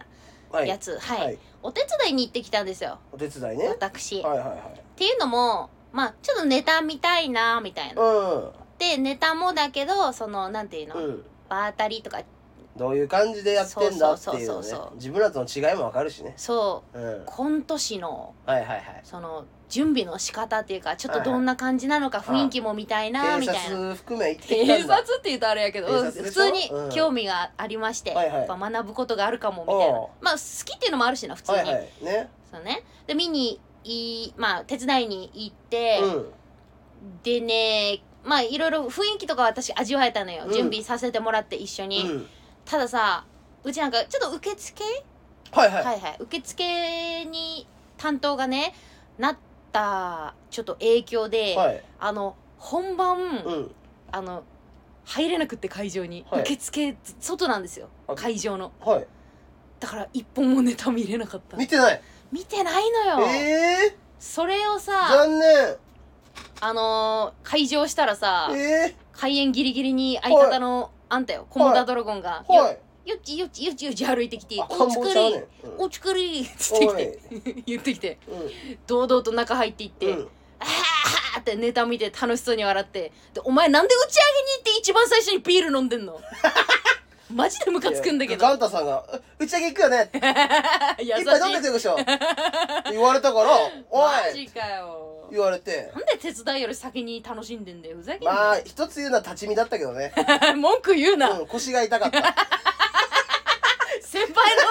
Speaker 2: は
Speaker 1: ないやつ、
Speaker 2: は
Speaker 1: はい
Speaker 2: い
Speaker 1: お手伝いに行ってきたんですよ
Speaker 2: お手伝いね
Speaker 1: 私、っ
Speaker 2: はいはいはい
Speaker 1: ていうのもまあちょっとネタ見たいなみたいな
Speaker 2: う
Speaker 1: でネタもだけどそのなんていうの、
Speaker 2: んうん
Speaker 1: 場当たりとか
Speaker 2: どういう感じでやってんだって
Speaker 1: そ
Speaker 2: いう
Speaker 1: うそう
Speaker 2: のね
Speaker 1: そうそう
Speaker 2: 自分らとの違いもわかるしね
Speaker 1: そ
Speaker 2: うんは
Speaker 1: う
Speaker 2: い
Speaker 1: コント師の
Speaker 2: はいはい
Speaker 1: その準備の仕方っていうかちょっと
Speaker 2: はいはい
Speaker 1: どんな感じなのか
Speaker 2: あ
Speaker 1: 雰囲気も見たいなみ
Speaker 2: 警
Speaker 1: たいな。
Speaker 2: 察含め行って
Speaker 1: 警
Speaker 2: きたん
Speaker 1: 察っ
Speaker 2: だ
Speaker 1: て言うとあれやけど、うん
Speaker 2: 警察で
Speaker 1: 普
Speaker 2: しょ
Speaker 1: 通に
Speaker 2: うん
Speaker 1: 興味がありまして、
Speaker 2: はいはい
Speaker 1: やっぱ学ぶことがあるかもみたいな
Speaker 2: おう
Speaker 1: まあ好きっていうのもあるしな普通に、
Speaker 2: はいはいね
Speaker 1: そうねで見にいいまあ手伝いに行って、
Speaker 2: うん
Speaker 1: でねまあいろいろ雰囲気とかは私味わえたのよ、
Speaker 2: うん
Speaker 1: 準備させてもらって一緒に、
Speaker 2: うん
Speaker 1: たださうちなんかちょっと受付、
Speaker 2: はいはい
Speaker 1: はいはい受付に担当がねなったちょっと影響で、
Speaker 2: はい
Speaker 1: あの本番、
Speaker 2: うん
Speaker 1: あの入れなくって会場に、
Speaker 2: はい
Speaker 1: 受付外なんですよ
Speaker 2: あ
Speaker 1: 会場の
Speaker 2: はい
Speaker 1: だから一本もネタ見れなかった
Speaker 2: 見てない
Speaker 1: 見てないのよ、
Speaker 2: ええ
Speaker 1: それをさ
Speaker 2: 残念
Speaker 1: あのー、会場したらさ、
Speaker 2: ええ
Speaker 1: 開演ギリギリに相方のあんたよコモダドラゴンが、よ
Speaker 2: はい
Speaker 1: よっちよっちよっちよっち歩いてきて
Speaker 2: あ
Speaker 1: 「
Speaker 2: 赤
Speaker 1: お
Speaker 2: ん坊
Speaker 1: 作
Speaker 2: ちゃう
Speaker 1: り
Speaker 2: ねんうん
Speaker 1: お作り」つってきて 言ってきて
Speaker 2: うん
Speaker 1: 堂々と中入っていって「
Speaker 2: うん
Speaker 1: あーってネタ見て 楽しそうに笑ってでお前なんで打ち上げに行って一番最初にビール飲んでんのマジでムカつくんだけど
Speaker 2: ガンタさんが「え打ち上げ行く よね」
Speaker 1: 優し
Speaker 2: いっぱい飲んでく
Speaker 1: い
Speaker 2: るでしょ」って言われたから「お
Speaker 1: マ
Speaker 2: い!
Speaker 1: ジ」かよ
Speaker 2: 言われて
Speaker 1: なんで手伝いより先に楽しんでんだよふざけんな、
Speaker 2: まあ一つ言うのは立ち見だったけどね、
Speaker 1: 文句言うな、
Speaker 2: うん、腰が 痛かった
Speaker 1: 先輩の 先輩のネ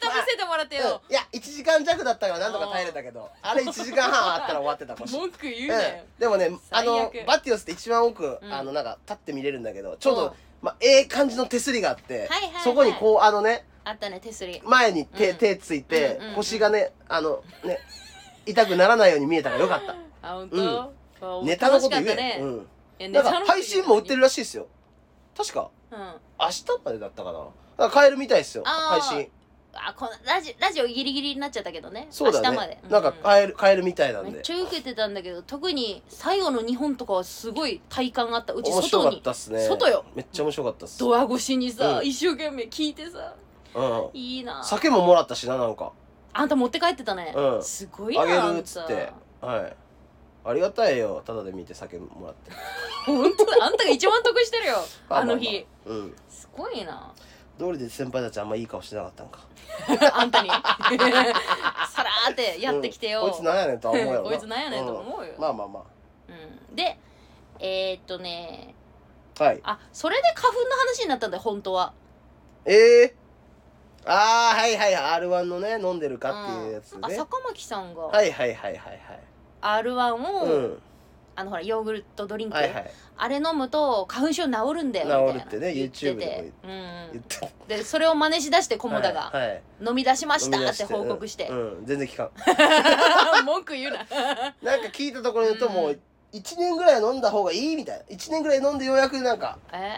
Speaker 1: タ見せてもらってよ、
Speaker 2: うんいや1時間弱だったからなんとか耐えれたけどあれ1時間半あったら終わってた腰
Speaker 1: 文句言う
Speaker 2: う
Speaker 1: なよ、
Speaker 2: ん、でもねあの
Speaker 1: 最悪
Speaker 2: バティオスって一番奥、
Speaker 1: うん
Speaker 2: あのなんか立って見れるんだけどちょう
Speaker 1: うん
Speaker 2: ど、まあ、ええ感じの手すりがあっ
Speaker 1: は
Speaker 2: て、
Speaker 1: いはいはい
Speaker 2: そこにこうあのね
Speaker 1: あったね手すり
Speaker 2: 前に手,、
Speaker 1: うん
Speaker 2: 手ついて、
Speaker 1: うんうんうん
Speaker 2: 腰がねあのね痛くならないように見えたからよかった
Speaker 1: あ本当、うん
Speaker 2: ネタのこと
Speaker 1: 楽し
Speaker 2: 言
Speaker 1: か
Speaker 2: え、
Speaker 1: ったね
Speaker 2: うん、
Speaker 1: いや
Speaker 2: な
Speaker 1: ネ
Speaker 2: んか
Speaker 1: タのこと言う
Speaker 2: 配信も売ってるらしいですよ確か
Speaker 1: うんあ
Speaker 2: 明日までだったかなだから買えるみたいですよ
Speaker 1: あ
Speaker 2: 配
Speaker 1: ー
Speaker 2: 信
Speaker 1: このラジラジオギリギリになっちゃったけどね
Speaker 2: そうだ
Speaker 1: 明日ま
Speaker 2: ね
Speaker 1: で、う
Speaker 2: なんか買える買えるみたいなん
Speaker 1: めっ
Speaker 2: で
Speaker 1: ちゃ受けてたんだけど特に最後の日本とかはすごい体感があったうち
Speaker 2: 面白か
Speaker 1: 外
Speaker 2: っ
Speaker 1: に
Speaker 2: たっすね
Speaker 1: 外よ
Speaker 2: めっちゃ面白かったっす、
Speaker 1: ドア越しにさ、
Speaker 2: うん
Speaker 1: 一生懸命聞いてさ
Speaker 2: うん、
Speaker 1: いいな
Speaker 2: 酒ももらったしななんか
Speaker 1: あんた持って帰ってたね、
Speaker 2: うん
Speaker 1: すごいな
Speaker 2: あ
Speaker 1: あ
Speaker 2: げる
Speaker 1: ん
Speaker 2: っつ
Speaker 1: た
Speaker 2: ってはいありがたいよただで見て酒もらって
Speaker 1: 本当だあんたが一番得してるよ
Speaker 2: まあ
Speaker 1: あの日
Speaker 2: まあまあうん
Speaker 1: すごいな
Speaker 2: 通りで先輩たちあんまいい顔してなかったんか
Speaker 1: あんたに さらーってやってきてよ、
Speaker 2: うんこいつなんやねんとは思うや ろ
Speaker 1: こいつなんやねんと
Speaker 2: う
Speaker 1: 思うよ、
Speaker 2: んまあまあま
Speaker 1: うん、でえー、っとね
Speaker 2: あはい
Speaker 1: あそれで花粉の話になったんだよ本当は
Speaker 2: ええああはいはい r 1のね飲んでるかっていうやつ
Speaker 1: んなんか
Speaker 2: ね
Speaker 1: 坂巻さんが
Speaker 2: はいはいはいはい
Speaker 1: r 1を、
Speaker 2: はいうん
Speaker 1: あのほらヨーグルトドリンク、
Speaker 2: はいはい
Speaker 1: あれ飲むと花粉症治るんだよみたいな
Speaker 2: 治るってね
Speaker 1: 言てて
Speaker 2: YouTube でも
Speaker 1: うんう
Speaker 2: 言っ
Speaker 1: ん
Speaker 2: て
Speaker 1: でそれを真似しだして菰田が、
Speaker 2: はいはい
Speaker 1: 飲み出しました
Speaker 2: 飲み出
Speaker 1: っ
Speaker 2: してて
Speaker 1: 報告して、
Speaker 2: うん全然聞か ん
Speaker 1: 文句言うな
Speaker 2: なんか聞いたところによるとも
Speaker 1: う
Speaker 2: う1年ぐらい飲んだ方がいいみたいな1年ぐらい飲んでようやくなんか
Speaker 1: え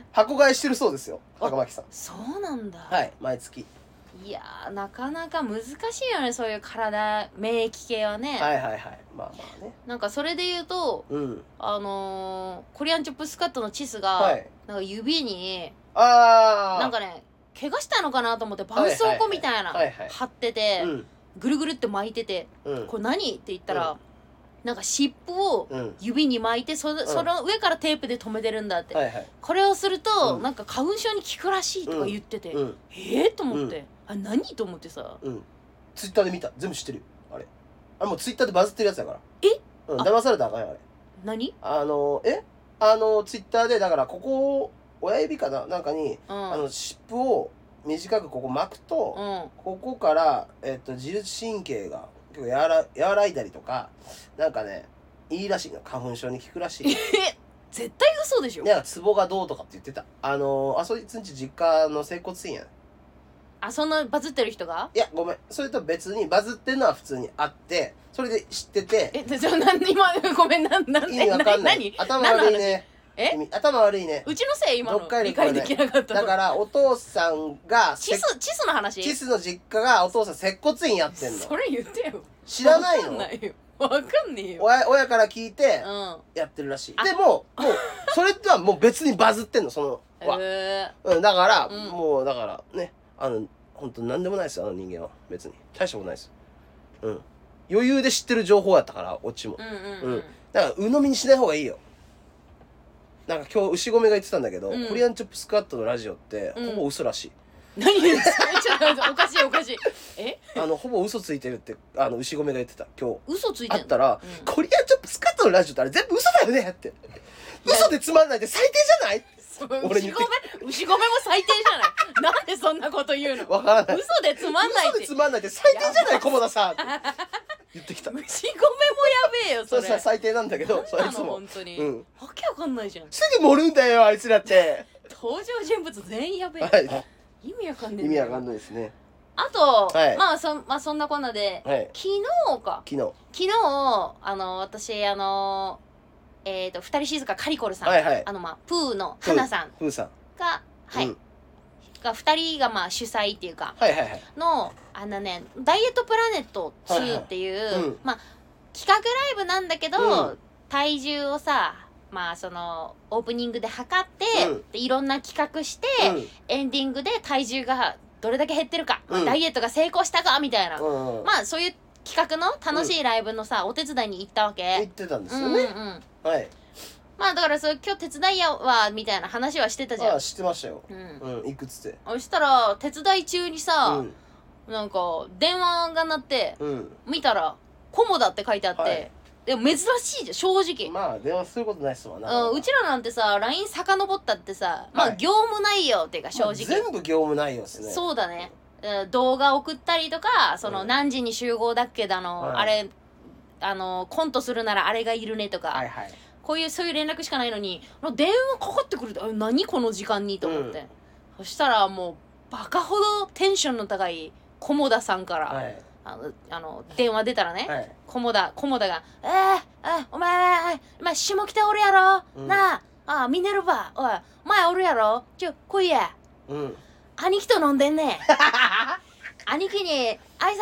Speaker 1: ー、
Speaker 2: 箱買いしてるそうですよ赤巻さん
Speaker 1: そうなんだ、
Speaker 2: はい毎月
Speaker 1: い、やーなかなか難しいよねそういう体免疫系はね、
Speaker 2: はいはいはいまあまあね
Speaker 1: なんかそれで言うと
Speaker 2: うん
Speaker 1: あのーコリアンチョップスカットのチスが、
Speaker 2: はい
Speaker 1: なんか指に
Speaker 2: ああ
Speaker 1: なんかね怪我したのかなと思って絆創膏みたいな
Speaker 2: はいはいはい
Speaker 1: 貼ってて、
Speaker 2: うん
Speaker 1: ぐるぐるって巻いてて
Speaker 2: う
Speaker 1: 「
Speaker 2: ん
Speaker 1: これ何?」って言ったら、
Speaker 2: う
Speaker 1: なんか湿布を
Speaker 2: うん
Speaker 1: 指に巻いてそ,、
Speaker 2: ん
Speaker 1: その上からテープで留めてるんだって、
Speaker 2: はいはい
Speaker 1: これをすると、
Speaker 2: うん
Speaker 1: なんか花粉症に効くらしいとか言ってて、
Speaker 2: うん
Speaker 1: ええと思って、あ何と思ってさ
Speaker 2: うんツイッターで見た全部知ってるよあれあれもうツイッターでバズってるやつだから
Speaker 1: え
Speaker 2: うん
Speaker 1: あ
Speaker 2: 騙されたらあかんよあれ
Speaker 1: 何、
Speaker 2: あのえあのツイッターでだからここを親指かななんかに
Speaker 1: う
Speaker 2: あ
Speaker 1: ん
Speaker 2: の湿布を短くここ巻くと
Speaker 1: うん、
Speaker 2: ここから、えっと、自律神経が結構やら和らいだりとかなんかねいいらしいの花粉症に効くらしい
Speaker 1: え絶対嘘でしょ
Speaker 2: なんかツボがどうとかって言ってたあのーあそいつんち実家の整骨院やん
Speaker 1: あそんなバズってる人が
Speaker 2: いやごめんそれと別にバズってんのは普通にあってそれで知ってて
Speaker 1: えでじゃあ何今 ごめんなんなん
Speaker 2: 意味わかんない
Speaker 1: 何
Speaker 2: 頭悪い
Speaker 1: 何の話
Speaker 2: ね君頭悪いね
Speaker 1: うちのせい今
Speaker 2: ど
Speaker 1: の
Speaker 2: っかよ
Speaker 1: 理
Speaker 2: りこれ
Speaker 1: 解
Speaker 2: ね
Speaker 1: できなかった
Speaker 2: だからお父さんが
Speaker 1: チスチスの話
Speaker 2: チスの実家がお父さん接骨院やってんの
Speaker 1: それ言ってよ
Speaker 2: 知らない
Speaker 1: わかん
Speaker 2: の
Speaker 1: ないよわかんねえよ
Speaker 2: 親親から聞いて、
Speaker 1: うん
Speaker 2: やってるらしい
Speaker 1: あ
Speaker 2: でももうそれとはもう別にバズってんのそのは、
Speaker 1: え
Speaker 2: うん、だから、
Speaker 1: うん
Speaker 2: もうだからねあの本当何でもないですよあの人間は別に大したことないですうん余裕で知ってる情報やったからオチも
Speaker 1: ー、うんうんうん、
Speaker 2: うんだから鵜呑みにしない方がいいよなんか今日牛込が言ってたんだけど、
Speaker 1: うん
Speaker 2: コリアンチョップスクワットのラジオって
Speaker 1: うん
Speaker 2: ほぼ嘘らしい、
Speaker 1: 何言ってちょっと待っておかしいおかしいえ
Speaker 2: あのほぼ嘘ついてるってあの牛込が言ってた今日
Speaker 1: 嘘ついて
Speaker 2: あ
Speaker 1: んの
Speaker 2: ったら、
Speaker 1: うん
Speaker 2: コリアンチョップスクワットのラジオってあれ全部嘘だよねって嘘でつまんないって最低じゃない
Speaker 1: そう牛
Speaker 2: 俺
Speaker 1: 込め
Speaker 2: に
Speaker 1: 牛込めも最低じゃないなんでそんなこと言う の
Speaker 2: わからない
Speaker 1: 嘘でつまんないっ
Speaker 2: 嘘
Speaker 1: て
Speaker 2: で
Speaker 1: 牛
Speaker 2: つまんないって最低じゃない菰田さん って言ってきた
Speaker 1: 込めもやべえよそ
Speaker 2: そ
Speaker 1: れ
Speaker 2: れさ最低なんだけどそい
Speaker 1: 何
Speaker 2: つ
Speaker 1: なの
Speaker 2: も
Speaker 1: 本当に、
Speaker 2: うん
Speaker 1: わけわかんないじゃん
Speaker 2: すぐ盛るんだよあいつらって
Speaker 1: 登場人物全員やべえ、
Speaker 2: は
Speaker 1: 意味わかん
Speaker 2: い
Speaker 1: ねえ
Speaker 2: 意味わか
Speaker 1: ない
Speaker 2: んないですね
Speaker 1: あと、
Speaker 2: はい
Speaker 1: まあそまあそんなこんなで、
Speaker 2: はい
Speaker 1: 昨日か
Speaker 2: 昨日は
Speaker 1: 昨日あの私あのえっ、と二人静かカリコルさん、
Speaker 2: いはい
Speaker 1: あのまあプーの花さん
Speaker 2: ふうさん
Speaker 1: が、はい、
Speaker 2: うん
Speaker 1: が二人がまあ主催っていうか
Speaker 2: はいはいはい
Speaker 1: のあのね「ダイエットプラネット2」っていう、
Speaker 2: いはいうん
Speaker 1: まあ企画ライブなんだけど、
Speaker 2: うん
Speaker 1: 体重をさまあそのオープニングで測って、
Speaker 2: うん
Speaker 1: でいろんな企画して、
Speaker 2: うん
Speaker 1: エンディングで体重がどれだけ減ってるか、まあ
Speaker 2: うん
Speaker 1: ダイエットが成功したかみたいな、
Speaker 2: うんうん
Speaker 1: まあそういう企画の楽しいライブのさ、お手伝いに行ったわ
Speaker 2: 言
Speaker 1: け
Speaker 2: っ。てたんで
Speaker 1: う
Speaker 2: す
Speaker 1: んう
Speaker 2: よ
Speaker 1: んう
Speaker 2: ね
Speaker 1: ん、
Speaker 2: はい
Speaker 1: まあだからそれ今日手伝いやわみたいな話はしてたじ
Speaker 2: あ
Speaker 1: ゃ
Speaker 2: あ
Speaker 1: ん
Speaker 2: 知ってましたよ
Speaker 1: うん
Speaker 2: うんいくつって
Speaker 1: そしたら手伝い中に
Speaker 2: う
Speaker 1: さ、
Speaker 2: ん
Speaker 1: なんか電話が鳴って
Speaker 2: うん
Speaker 1: 見たら「コモダ」って書いてあって、
Speaker 2: はい
Speaker 1: でも珍しいじゃん正直、
Speaker 2: まあ電話することないっすわな
Speaker 1: うん、うちらなんてさ LINE 遡ったってさまあ
Speaker 2: はい
Speaker 1: 業務内容っていうか正
Speaker 2: まあ
Speaker 1: 直、
Speaker 2: 全部業務内容ですね
Speaker 1: そうだね、うん動画送ったりとかその、
Speaker 2: うん
Speaker 1: 何時に集合だっけだの、
Speaker 2: はい
Speaker 1: あれあのコントするならあれがいるねとか、
Speaker 2: はいはい
Speaker 1: こういうそういう連絡しかないのに電話かかってくるってあ何この時間にと思って、
Speaker 2: うん
Speaker 1: そしたらもうバカほどテンションの高い菰田さんから、
Speaker 2: はい
Speaker 1: あのあの電話出たらね、
Speaker 2: はい
Speaker 1: 菰田菰田が「えー、えーお前お前下北おるやろ、
Speaker 2: うん
Speaker 1: なああミネルヴァおいお前おるやろちょ来いや
Speaker 2: うん
Speaker 1: 兄貴と飲んでん ねん兄貴に挨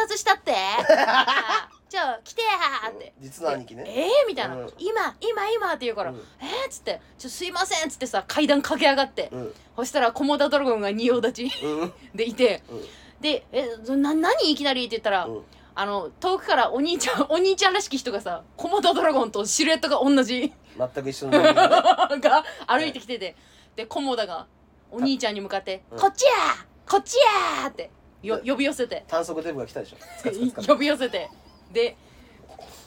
Speaker 1: 拶したってあちょ来てや」って。
Speaker 2: 実の兄貴ね
Speaker 1: ええー、みたいな、
Speaker 2: うん
Speaker 1: 今今今って言うから、
Speaker 2: うん
Speaker 1: えー、っつって「ちょすいません」っつってさ階段駆け上がって、
Speaker 2: うん
Speaker 1: そしたら菰田ドラゴンが仁王立ち
Speaker 2: うん
Speaker 1: でいて
Speaker 2: うん
Speaker 1: で「えそな何いきなり?」って言ったら、
Speaker 2: うん
Speaker 1: あの遠くからお兄ちゃんお 兄ちゃんらしき人がさ菰田ドラゴンとシルエットが同じ
Speaker 2: 全く一緒の人間ね
Speaker 1: が歩いてきててで菰田がお兄ちゃんに向かって「
Speaker 2: うん
Speaker 1: こっちやこっちや!」ってよ呼び寄せて
Speaker 2: 短足デブが来たでしょつかつかつか
Speaker 1: 呼び寄せてで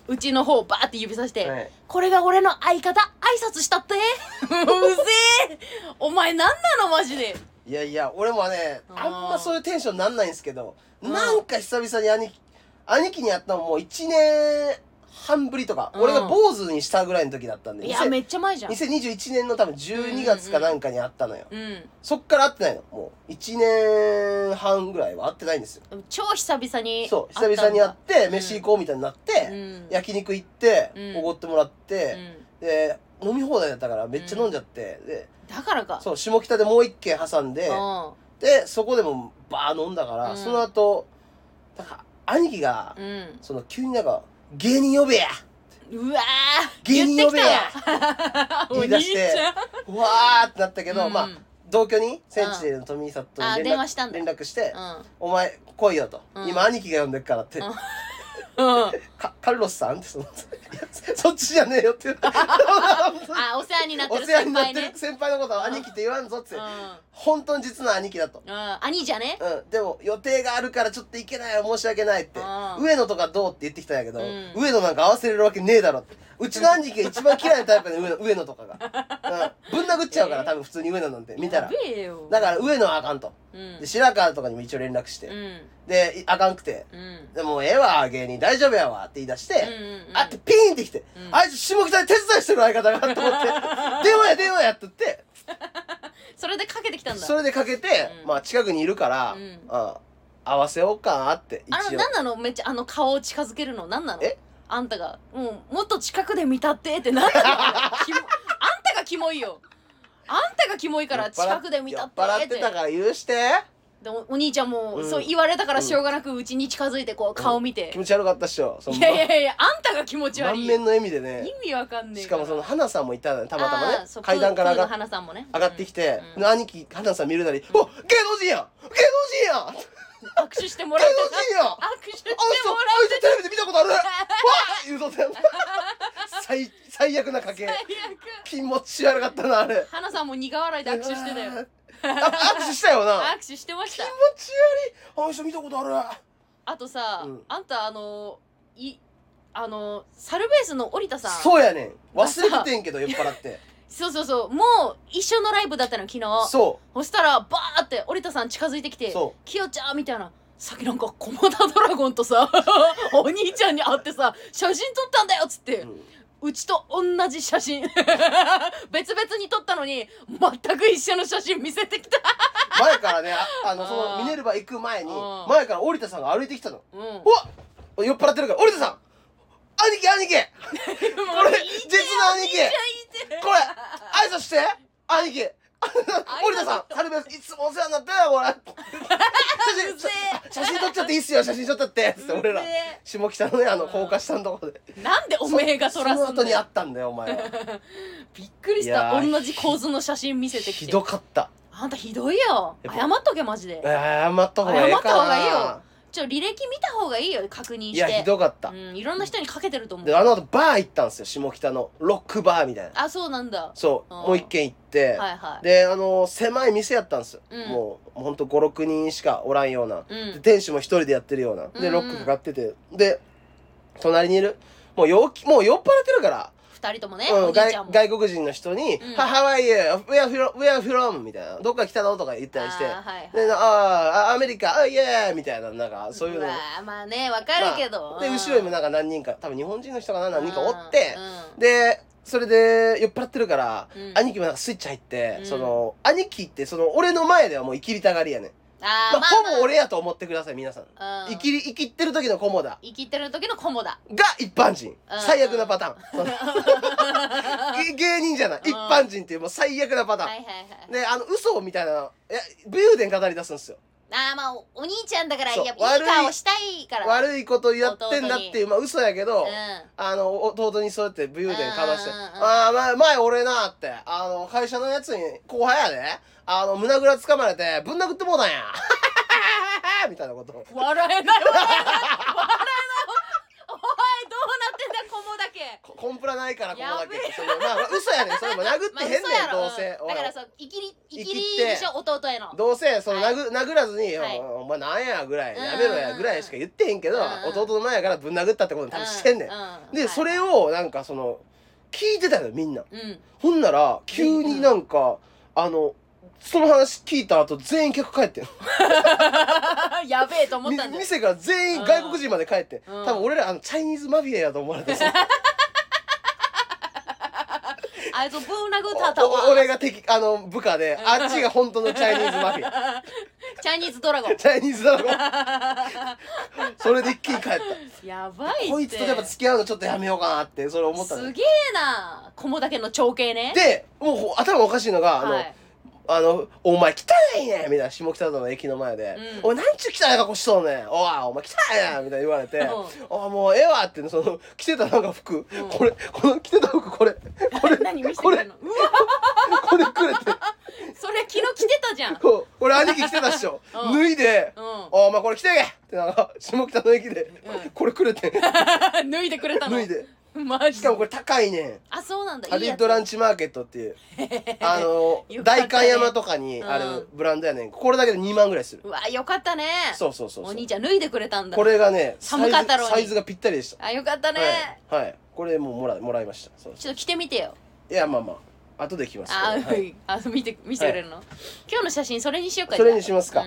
Speaker 1: うちの方をバーって指さして「
Speaker 2: はい
Speaker 1: これが俺の相方挨拶したって うぜえお前なんなのマジで
Speaker 2: いやいや俺もね
Speaker 1: あ
Speaker 2: あ
Speaker 1: ー
Speaker 2: んまそういうテンションなんないんですけど
Speaker 1: うん
Speaker 2: なんか久々に兄貴兄貴に会ったのもう1年半ぶりとか
Speaker 1: うん
Speaker 2: 俺が坊主にしたぐらいの時だったんで
Speaker 1: いや
Speaker 2: 2000
Speaker 1: めっちゃ前じゃん
Speaker 2: 2021年の多分12月かなんかに会ったのよ
Speaker 1: う
Speaker 2: そっから会ってないのもう1年半ぐらいは会ってないんですよ
Speaker 1: ん超久々に
Speaker 2: そう久々に会って
Speaker 1: んだ
Speaker 2: 飯行こうみたいになっ
Speaker 1: う
Speaker 2: て
Speaker 1: ん
Speaker 2: 焼肉行って
Speaker 1: うん
Speaker 2: おごってもらっ
Speaker 1: う
Speaker 2: て
Speaker 1: ん
Speaker 2: で飲み放題だったからめっちゃ飲んじゃってで
Speaker 1: だからか
Speaker 2: そう下北でもう一軒挟んで
Speaker 1: う
Speaker 2: でそこでもバー飲んだから、
Speaker 1: うん
Speaker 2: その後だから兄貴が、
Speaker 1: んうん
Speaker 2: その急になんか「芸人呼べや!
Speaker 1: うわー
Speaker 2: 芸人
Speaker 1: 言っ
Speaker 2: 呼
Speaker 1: て
Speaker 2: べ
Speaker 1: き
Speaker 2: や
Speaker 1: たわお
Speaker 2: 言い
Speaker 1: 兄
Speaker 2: 出し
Speaker 1: ち
Speaker 2: て
Speaker 1: ゃん」
Speaker 2: うわーってなったけど、
Speaker 1: うん
Speaker 2: まあ同居にセンチでのトミーさんと
Speaker 1: あ
Speaker 2: 連
Speaker 1: 電
Speaker 2: 絡
Speaker 1: 話したんだ
Speaker 2: 連絡して、
Speaker 1: うん
Speaker 2: お前来いよ」と、
Speaker 1: うん
Speaker 2: 今兄貴が呼んでるから」って、
Speaker 1: うんうん
Speaker 2: かカルロスさん?」ってそのいやそっちじゃねえよ」って
Speaker 1: あお世話になって
Speaker 2: お
Speaker 1: る
Speaker 2: 世話
Speaker 1: 先
Speaker 2: になっ
Speaker 1: 輩
Speaker 2: てる
Speaker 1: ね
Speaker 2: 先輩のことは兄貴って言わんぞっつって、
Speaker 1: うん
Speaker 2: 本当に実の兄貴だと。
Speaker 1: うん兄じゃね
Speaker 2: うん、でも予定があるからちょっと行けないよ申し訳ないって
Speaker 1: あー
Speaker 2: 上野とかどうって言ってきたんやけど、
Speaker 1: うん
Speaker 2: 上野なんか合わせれるわけねえだろってうちの兄貴が一番嫌いなタイプで上野上野とかが、うん、ぶん殴っちゃうから、多分普通に上野なんて見たら
Speaker 1: やべえよ
Speaker 2: だから上野はあかんと
Speaker 1: うん
Speaker 2: で白川とかにも一応連絡して、
Speaker 1: うん
Speaker 2: でいあかんくて
Speaker 1: うん
Speaker 2: でもうええわ芸人大丈夫やわって言い出して、
Speaker 1: うんうん
Speaker 2: あってピーンってきて、
Speaker 1: うん
Speaker 2: あいつ下北で手伝いしてる相方がと思って 電話や電話やってって
Speaker 1: それでかけてきたんだ
Speaker 2: それでかけて、
Speaker 1: うん
Speaker 2: まあ近くにいるから、
Speaker 1: うん
Speaker 2: あ合わせようかって一
Speaker 1: あの
Speaker 2: 応
Speaker 1: 何なのめっちゃあの顔を近づけるの何なの
Speaker 2: え
Speaker 1: あんたがもうもっと近くで見たってって 何なのキモあんたがキモいよあんたがキモいから近くで見たって
Speaker 2: 酔っ払ってたから許して
Speaker 1: でおお兄ちゃんも、
Speaker 2: うん
Speaker 1: そう言われたからしょうがなくうちに近づいてこう顔見て
Speaker 2: 気、持ち悪かったっしょその
Speaker 1: いやいやいやあんたが気持ち悪
Speaker 2: 満
Speaker 1: い
Speaker 2: 面
Speaker 1: 意
Speaker 2: の笑みでね
Speaker 1: 味わかんねえ
Speaker 2: しかもその
Speaker 1: た
Speaker 2: 花さんもいたのよたまたまね階段から上がっ
Speaker 1: 花さんもね
Speaker 2: 上がってきて、
Speaker 1: うんうん
Speaker 2: 兄貴花さん見るなり「お芸能人や芸能人や芸
Speaker 1: 握手しても
Speaker 2: 能
Speaker 1: らって
Speaker 2: 人やあい
Speaker 1: 握手してもら
Speaker 2: つあいつテレビで見たこと ある!」わー言うとったよ最最悪な家系
Speaker 1: って最悪
Speaker 2: 気持ち悪かったなあれ
Speaker 1: 花さんも苦笑いで握手してたよ
Speaker 2: あ 握手し たよな
Speaker 1: 握手してました
Speaker 2: 気持ち悪いあの人見たことある
Speaker 1: あとさ、
Speaker 2: うん
Speaker 1: あんたあのいあのサルベースの織田さんそう
Speaker 2: そうやねん忘れてて んけど酔っ払って
Speaker 1: そうそうもう一緒のライブだったの昨日そ
Speaker 2: そ
Speaker 1: したらバーって織田さん近づいてき
Speaker 2: う
Speaker 1: て
Speaker 2: そ
Speaker 1: 「きよちゃん」みたいなさっきなんか駒田ドラゴンと さお兄ちゃんに会ってさ写真撮ったんだよっつって、
Speaker 2: う、
Speaker 1: う
Speaker 2: うん
Speaker 1: ちと同じ写真 別々に撮ったのに全く一緒の写真見せてきた
Speaker 2: 前からねああの
Speaker 1: あー
Speaker 2: そのミネルヴァ行く前に
Speaker 1: うん
Speaker 2: 前から織田さんが歩いてきたの
Speaker 1: うんも
Speaker 2: うわっ酔っ払ってるから織田さん兄貴兄貴
Speaker 1: ういいじゃん
Speaker 2: これ実の兄貴
Speaker 1: いいじゃん
Speaker 2: こ れ挨拶して兄貴織田さんサルベースいつもお世話になったよこれ
Speaker 1: う
Speaker 2: 写
Speaker 1: ぜ
Speaker 2: 真写真撮っちゃっていいっすよ写真撮っちゃってつって俺ら
Speaker 1: うぜ
Speaker 2: 下北のねあの
Speaker 1: うん
Speaker 2: 高架下のとこで
Speaker 1: えなんでおめえが撮ら
Speaker 2: そ
Speaker 1: す
Speaker 2: そ
Speaker 1: ん
Speaker 2: の後
Speaker 1: だ
Speaker 2: に
Speaker 1: よ
Speaker 2: あったんだよお前は
Speaker 1: びっくりし
Speaker 2: い
Speaker 1: た
Speaker 2: やー
Speaker 1: 同じ構図の写真見せてき
Speaker 2: ひ
Speaker 1: て
Speaker 2: どかった
Speaker 1: あんたひどいよ
Speaker 2: やっ
Speaker 1: 謝
Speaker 2: ぱ
Speaker 1: っとけマジで
Speaker 2: 謝った方がいい
Speaker 1: 謝
Speaker 2: かな
Speaker 1: った方がいいよちょ履歴見た方がいいよ確認し
Speaker 2: い
Speaker 1: て
Speaker 2: やひどかった
Speaker 1: う、んいろんな人にかけてると思う
Speaker 2: であの後バー行ったんですよ下北のロックバーみたいな
Speaker 1: あそうなんだ
Speaker 2: そう
Speaker 1: うん
Speaker 2: もう一軒行って、
Speaker 1: はいはい
Speaker 2: であの狭い店やったんですよ、
Speaker 1: うん
Speaker 2: もうほんと56人しかおらんような、
Speaker 1: うん
Speaker 2: で店主も一人でやってるような
Speaker 1: うんう
Speaker 2: で
Speaker 1: ん
Speaker 2: ロックかかっててで隣にいるもう陽気もう酔っ払ってるから、
Speaker 1: 二人ともね、
Speaker 2: うん
Speaker 1: お兄
Speaker 2: 外
Speaker 1: ちゃんも
Speaker 2: 外国人の人に
Speaker 1: うん
Speaker 2: 「ハワイ How are you? Where from? Where from?」みたいな「どっから来たの?」とか言ったりして
Speaker 1: あーはい
Speaker 2: 「であーあアメリカあイエーイ!」みたいななんかそういうの
Speaker 1: わーまあねわかるけど、
Speaker 2: まあで
Speaker 1: うん
Speaker 2: 後ろにもなんか何人か多分日本人の人かな何人かおって、
Speaker 1: うん
Speaker 2: でそれで酔っ払ってるから、
Speaker 1: うん
Speaker 2: 兄貴もなんかスイッチ入って、
Speaker 1: うん
Speaker 2: その兄貴ってその俺の前ではもう生きりたがりやねん、
Speaker 1: あー
Speaker 2: まあ
Speaker 1: まあ
Speaker 2: ほぼ俺やと思ってください皆さん、
Speaker 1: まあうん
Speaker 2: 生きり生きってる時のコモダ
Speaker 1: 生きてる時のコモだ
Speaker 2: が一般人、最悪な パターン、その芸人じゃない、
Speaker 1: うん
Speaker 2: 一般人っていうもう最悪なパターン、
Speaker 1: はいはいはい、
Speaker 2: であの嘘みたいなのいや武勇伝語り出すんですよ
Speaker 1: あーまあおお兄ちゃんだからや
Speaker 2: そ
Speaker 1: っ
Speaker 2: う
Speaker 1: ぱいい
Speaker 2: 悪い
Speaker 1: 顔したいから
Speaker 2: 悪いことやってんだっていうまあ嘘やけど、
Speaker 1: うん
Speaker 2: あの弟にそうやって武勇伝かまして「
Speaker 1: うんうんうん
Speaker 2: ああ前前俺な」ってあの会社のやつに後輩やであの胸ぐらつかまれてぶん殴ってもうたんや みたいなことを
Speaker 1: 笑えない笑えない笑えないおいどうなってんだコモだけ
Speaker 2: ココンプラないからここだ
Speaker 1: やべえ
Speaker 2: けそのまあまあ嘘やねんそれも殴 ってへんねん、
Speaker 1: 嘘やろ
Speaker 2: どうせ、
Speaker 1: んだからそう生きり生きり
Speaker 2: 生きて
Speaker 1: でしょ弟への
Speaker 2: どうせその殴,、殴らずに「
Speaker 1: はい
Speaker 2: おお前なんや」ぐらい「やめろ
Speaker 1: うんうん
Speaker 2: や」
Speaker 1: うん
Speaker 2: ぐらいしか言ってへんけど、
Speaker 1: うんうん
Speaker 2: 弟の前やからぶん殴ったってことに多分してんねん、で、それ
Speaker 1: を
Speaker 2: をなんかその聞いてたのよみんな
Speaker 1: うん
Speaker 2: ほんなら、急になんか、あの、その話聞いた後、全員客帰ってん。
Speaker 1: やべえと思ったん
Speaker 2: み
Speaker 1: だよ
Speaker 2: 店から全員
Speaker 1: うん
Speaker 2: 外国人まで帰ってん。
Speaker 1: うん
Speaker 2: 多分俺ら、あの、チャイニーズマフィアやと思わ れてさ
Speaker 1: あいつぶん殴ったた
Speaker 2: おお俺が敵、あの、部下で、あっちが本当のチャイニーズマフィ ア。
Speaker 1: チャイニーズドラゴン
Speaker 2: チャイニーズだろ。それで一気に 帰った。
Speaker 1: やばいって
Speaker 2: こいつとやっぱ付き合うのちょっとやめようかなって、それ思ったの
Speaker 1: す
Speaker 2: よ。
Speaker 1: げえなコモだけの長兄ね
Speaker 2: で、もうほ頭おかしいのが、あの、
Speaker 1: はい
Speaker 2: あの、お前汚いねみたいな、下北沢の駅の前で、
Speaker 1: うん
Speaker 2: お前なんちゅう汚い格好しとんねんおい、お前汚いなみたいな言われて、
Speaker 1: うん
Speaker 2: あ、もうええわって、その、着てたなんか服、
Speaker 1: ん
Speaker 2: これ、この着てた服、これ、これ、
Speaker 1: 何見せて
Speaker 2: こ
Speaker 1: くれ
Speaker 2: れ
Speaker 1: ん、のうわ
Speaker 2: これくれて、
Speaker 1: それ昨日着てたじゃん うん
Speaker 2: こう、俺兄貴着てたっしょ。
Speaker 1: うん
Speaker 2: 脱いで、
Speaker 1: う
Speaker 2: おお前これ着てけってなんか、下北の駅で、
Speaker 1: うん
Speaker 2: これくれて、
Speaker 1: ん脱いでくれたの
Speaker 2: 脱いで。
Speaker 1: マジ
Speaker 2: しかもこれ高いねん。
Speaker 1: あそうなんだ
Speaker 2: ハ
Speaker 1: いい
Speaker 2: リウ
Speaker 1: や
Speaker 2: ッ
Speaker 1: つ
Speaker 2: ドランチマーケットっていう、あの、
Speaker 1: よかったね
Speaker 2: 代官山とかにあるブランドやねん。これだけで2万ぐらいする。
Speaker 1: うわよかったね
Speaker 2: そうそうそうそう。
Speaker 1: お兄ちゃん脱いでくれたんだ
Speaker 2: これがねサ
Speaker 1: 寒
Speaker 2: イズ
Speaker 1: かったろうに
Speaker 2: サイズがぴったりでした
Speaker 1: あよかったね、
Speaker 2: はい、はい、これもうもらもらいましたそうそ
Speaker 1: ちょっと着てみてよ
Speaker 2: ういやまあまあ後で来ます
Speaker 1: あ、
Speaker 2: は、
Speaker 1: はいい、あ見て見せてくれるの、今日の写真それにしようか
Speaker 2: それにします
Speaker 1: す
Speaker 2: か、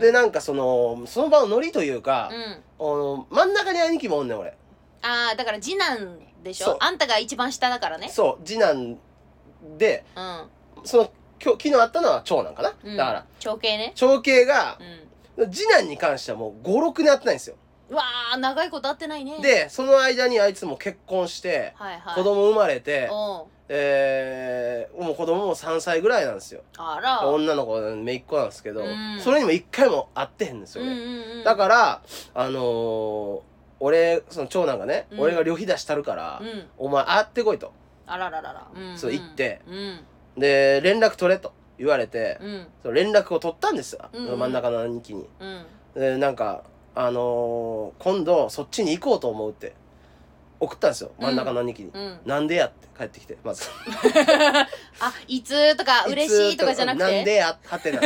Speaker 2: でなんかそのその場のノリというか
Speaker 1: う、ん
Speaker 2: あの真ん中に兄貴もおんねん俺
Speaker 1: あーだから次男でし
Speaker 2: そう
Speaker 1: ょあんたが一番下だからね
Speaker 2: そう次男で
Speaker 1: うん
Speaker 2: その今日昨日あったのは長男かな、
Speaker 1: うん
Speaker 2: だから
Speaker 1: 長兄ね
Speaker 2: 長兄が
Speaker 1: う、ん
Speaker 2: 次男に関してはもう56年会ってないんですよ、
Speaker 1: うわー長いこと会ってないね
Speaker 2: でその間にあいつも結婚して、
Speaker 1: はいはい
Speaker 2: 子供生まれて、
Speaker 1: おう
Speaker 2: えー、もう子供も3歳ぐらいなんですよ
Speaker 1: あら
Speaker 2: 女の子めいっ子なんですけど、
Speaker 1: うん
Speaker 2: それにも一回も会ってへんですよ
Speaker 1: うん
Speaker 2: ね、
Speaker 1: うんうん、
Speaker 2: だからあのー俺その長男がね、
Speaker 1: うん
Speaker 2: 俺が旅費出したるから、
Speaker 1: うん
Speaker 2: お前会ってこいと
Speaker 1: あらららら、うんん
Speaker 2: そう行って
Speaker 1: うん
Speaker 2: で連絡取れと言われて、
Speaker 1: うん
Speaker 2: その連絡を取ったんですよ、
Speaker 1: うんうん
Speaker 2: 真ん中の兄貴に
Speaker 1: うん
Speaker 2: でなんかあのー今度そっちに行こうと思うって送ったんですよ真ん中の兄貴に、
Speaker 1: うん
Speaker 2: なんでやって帰ってきてまず
Speaker 1: あいつとか嬉しいとかじゃなくて
Speaker 2: なんでや はてな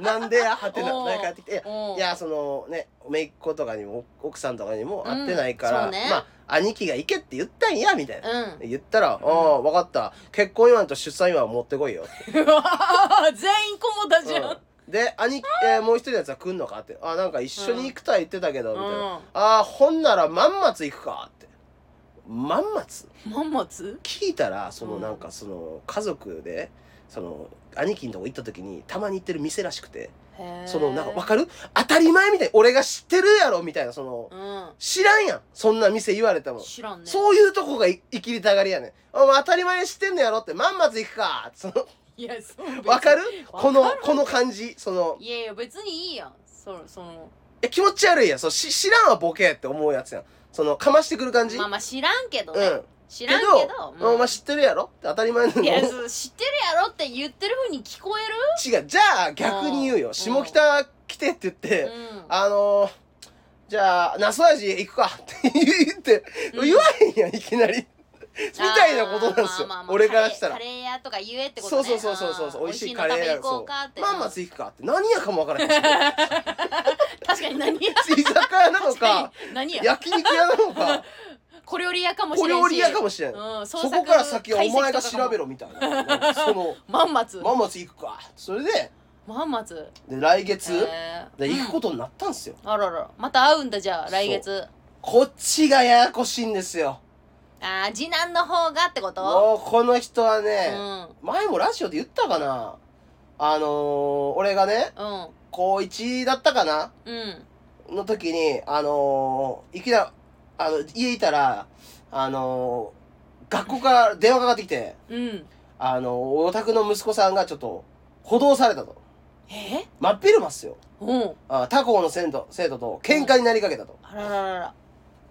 Speaker 2: なんでやはてな
Speaker 1: おー
Speaker 2: なんか帰ってきていや
Speaker 1: おう
Speaker 2: いやそのね姪っ子とかにも奥さんとかにも会ってないから、
Speaker 1: うんそうね
Speaker 2: まあ兄貴が行けって言ったんやみたいな、
Speaker 1: う
Speaker 2: 言ったら「ああ分かった結婚祝いと出産祝いを持ってこいよ」って
Speaker 1: んうわー全員コモダじゃん、
Speaker 2: うんで兄貴、えーもう一人のやつは来んのか?」って「あなんか一緒に行くとは言ってたけど」みたいな
Speaker 1: う
Speaker 2: 「ああほんなら万松行くか」って万松
Speaker 1: んまんまつ
Speaker 2: 聞いたらその
Speaker 1: うん
Speaker 2: なんかその家族でその兄貴のとこ行った時にたまに行ってる店らしくてそのなんか分かる当たり前みたい俺が知ってるやろみたいなその
Speaker 1: うん
Speaker 2: 知らんやんそんな店言われても
Speaker 1: 知らんね
Speaker 2: そういうとこがい生きりたがりやねんお前当たり前に知ってんのやろってまんまつ行くかその
Speaker 1: いやそう別に
Speaker 2: 分かる
Speaker 1: わ
Speaker 2: このこの感じその
Speaker 1: いやいや別にいいやんそその
Speaker 2: え気持ち悪いやんそのし知らんはボケって思うやつやんそのかましてくる感じ、
Speaker 1: まあまあ知らんけど
Speaker 2: う
Speaker 1: ね、
Speaker 2: ん
Speaker 1: 知
Speaker 2: け
Speaker 1: らんけど
Speaker 2: ど、
Speaker 1: うん
Speaker 2: お前知ってるやろって当たり前なの
Speaker 1: いやそう知ってるやろって言ってるふうに聞こえ
Speaker 2: 違うじゃあ逆に言うよ
Speaker 1: うん
Speaker 2: 下北来てって言って、
Speaker 1: る、うん
Speaker 2: あのーじゃあ、ナス味行くかって言って、言わへんやん、いきなり。みたいなことなんですよ
Speaker 1: あーまあまあ。まあ
Speaker 2: 俺からしたら
Speaker 1: カレ。ーカレー屋とか言えってこと
Speaker 2: そう
Speaker 1: ね
Speaker 2: そうそうそうそうそう、
Speaker 1: ん
Speaker 2: 美味しいカレー
Speaker 1: 美味しい
Speaker 2: や
Speaker 1: の食べ行こうかって
Speaker 2: まんまつ行くかって、何やかもわからへんし。
Speaker 1: 確かに何や
Speaker 2: 居酒屋なのか、
Speaker 1: 何や
Speaker 2: 焼肉屋な のか、
Speaker 1: 小料理屋かもしれ
Speaker 2: 小
Speaker 1: んし
Speaker 2: 料理屋かもしれん。
Speaker 1: うん、
Speaker 2: そ
Speaker 1: 創作
Speaker 2: こから先はお前が
Speaker 1: 解析とかも
Speaker 2: 調べろみたいな。なんかその、
Speaker 1: まんまつ
Speaker 2: まんまつ行くか。それで、
Speaker 1: まんまつ
Speaker 2: で来月、
Speaker 1: えー
Speaker 2: で行くことになったんですよ。
Speaker 1: あららまた会うんだじゃあ来月
Speaker 2: こっちがややこしいんですよ。
Speaker 1: あー次男の方がってこと
Speaker 2: もうこの人は
Speaker 1: う
Speaker 2: ね、
Speaker 1: んうん
Speaker 2: 前もラジオで言ったかなあのー、俺がね高1だったかな
Speaker 1: うん
Speaker 2: の時にあのー、いきなりあの家いたらあのー、学校から電話かかってきて
Speaker 1: うん
Speaker 2: あのー、お宅の息子さんがちょっと補導されたと
Speaker 1: え
Speaker 2: 真っ昼間っすよ
Speaker 1: うん
Speaker 2: あ他校の生徒生徒と喧嘩になりかけたと、
Speaker 1: あらららら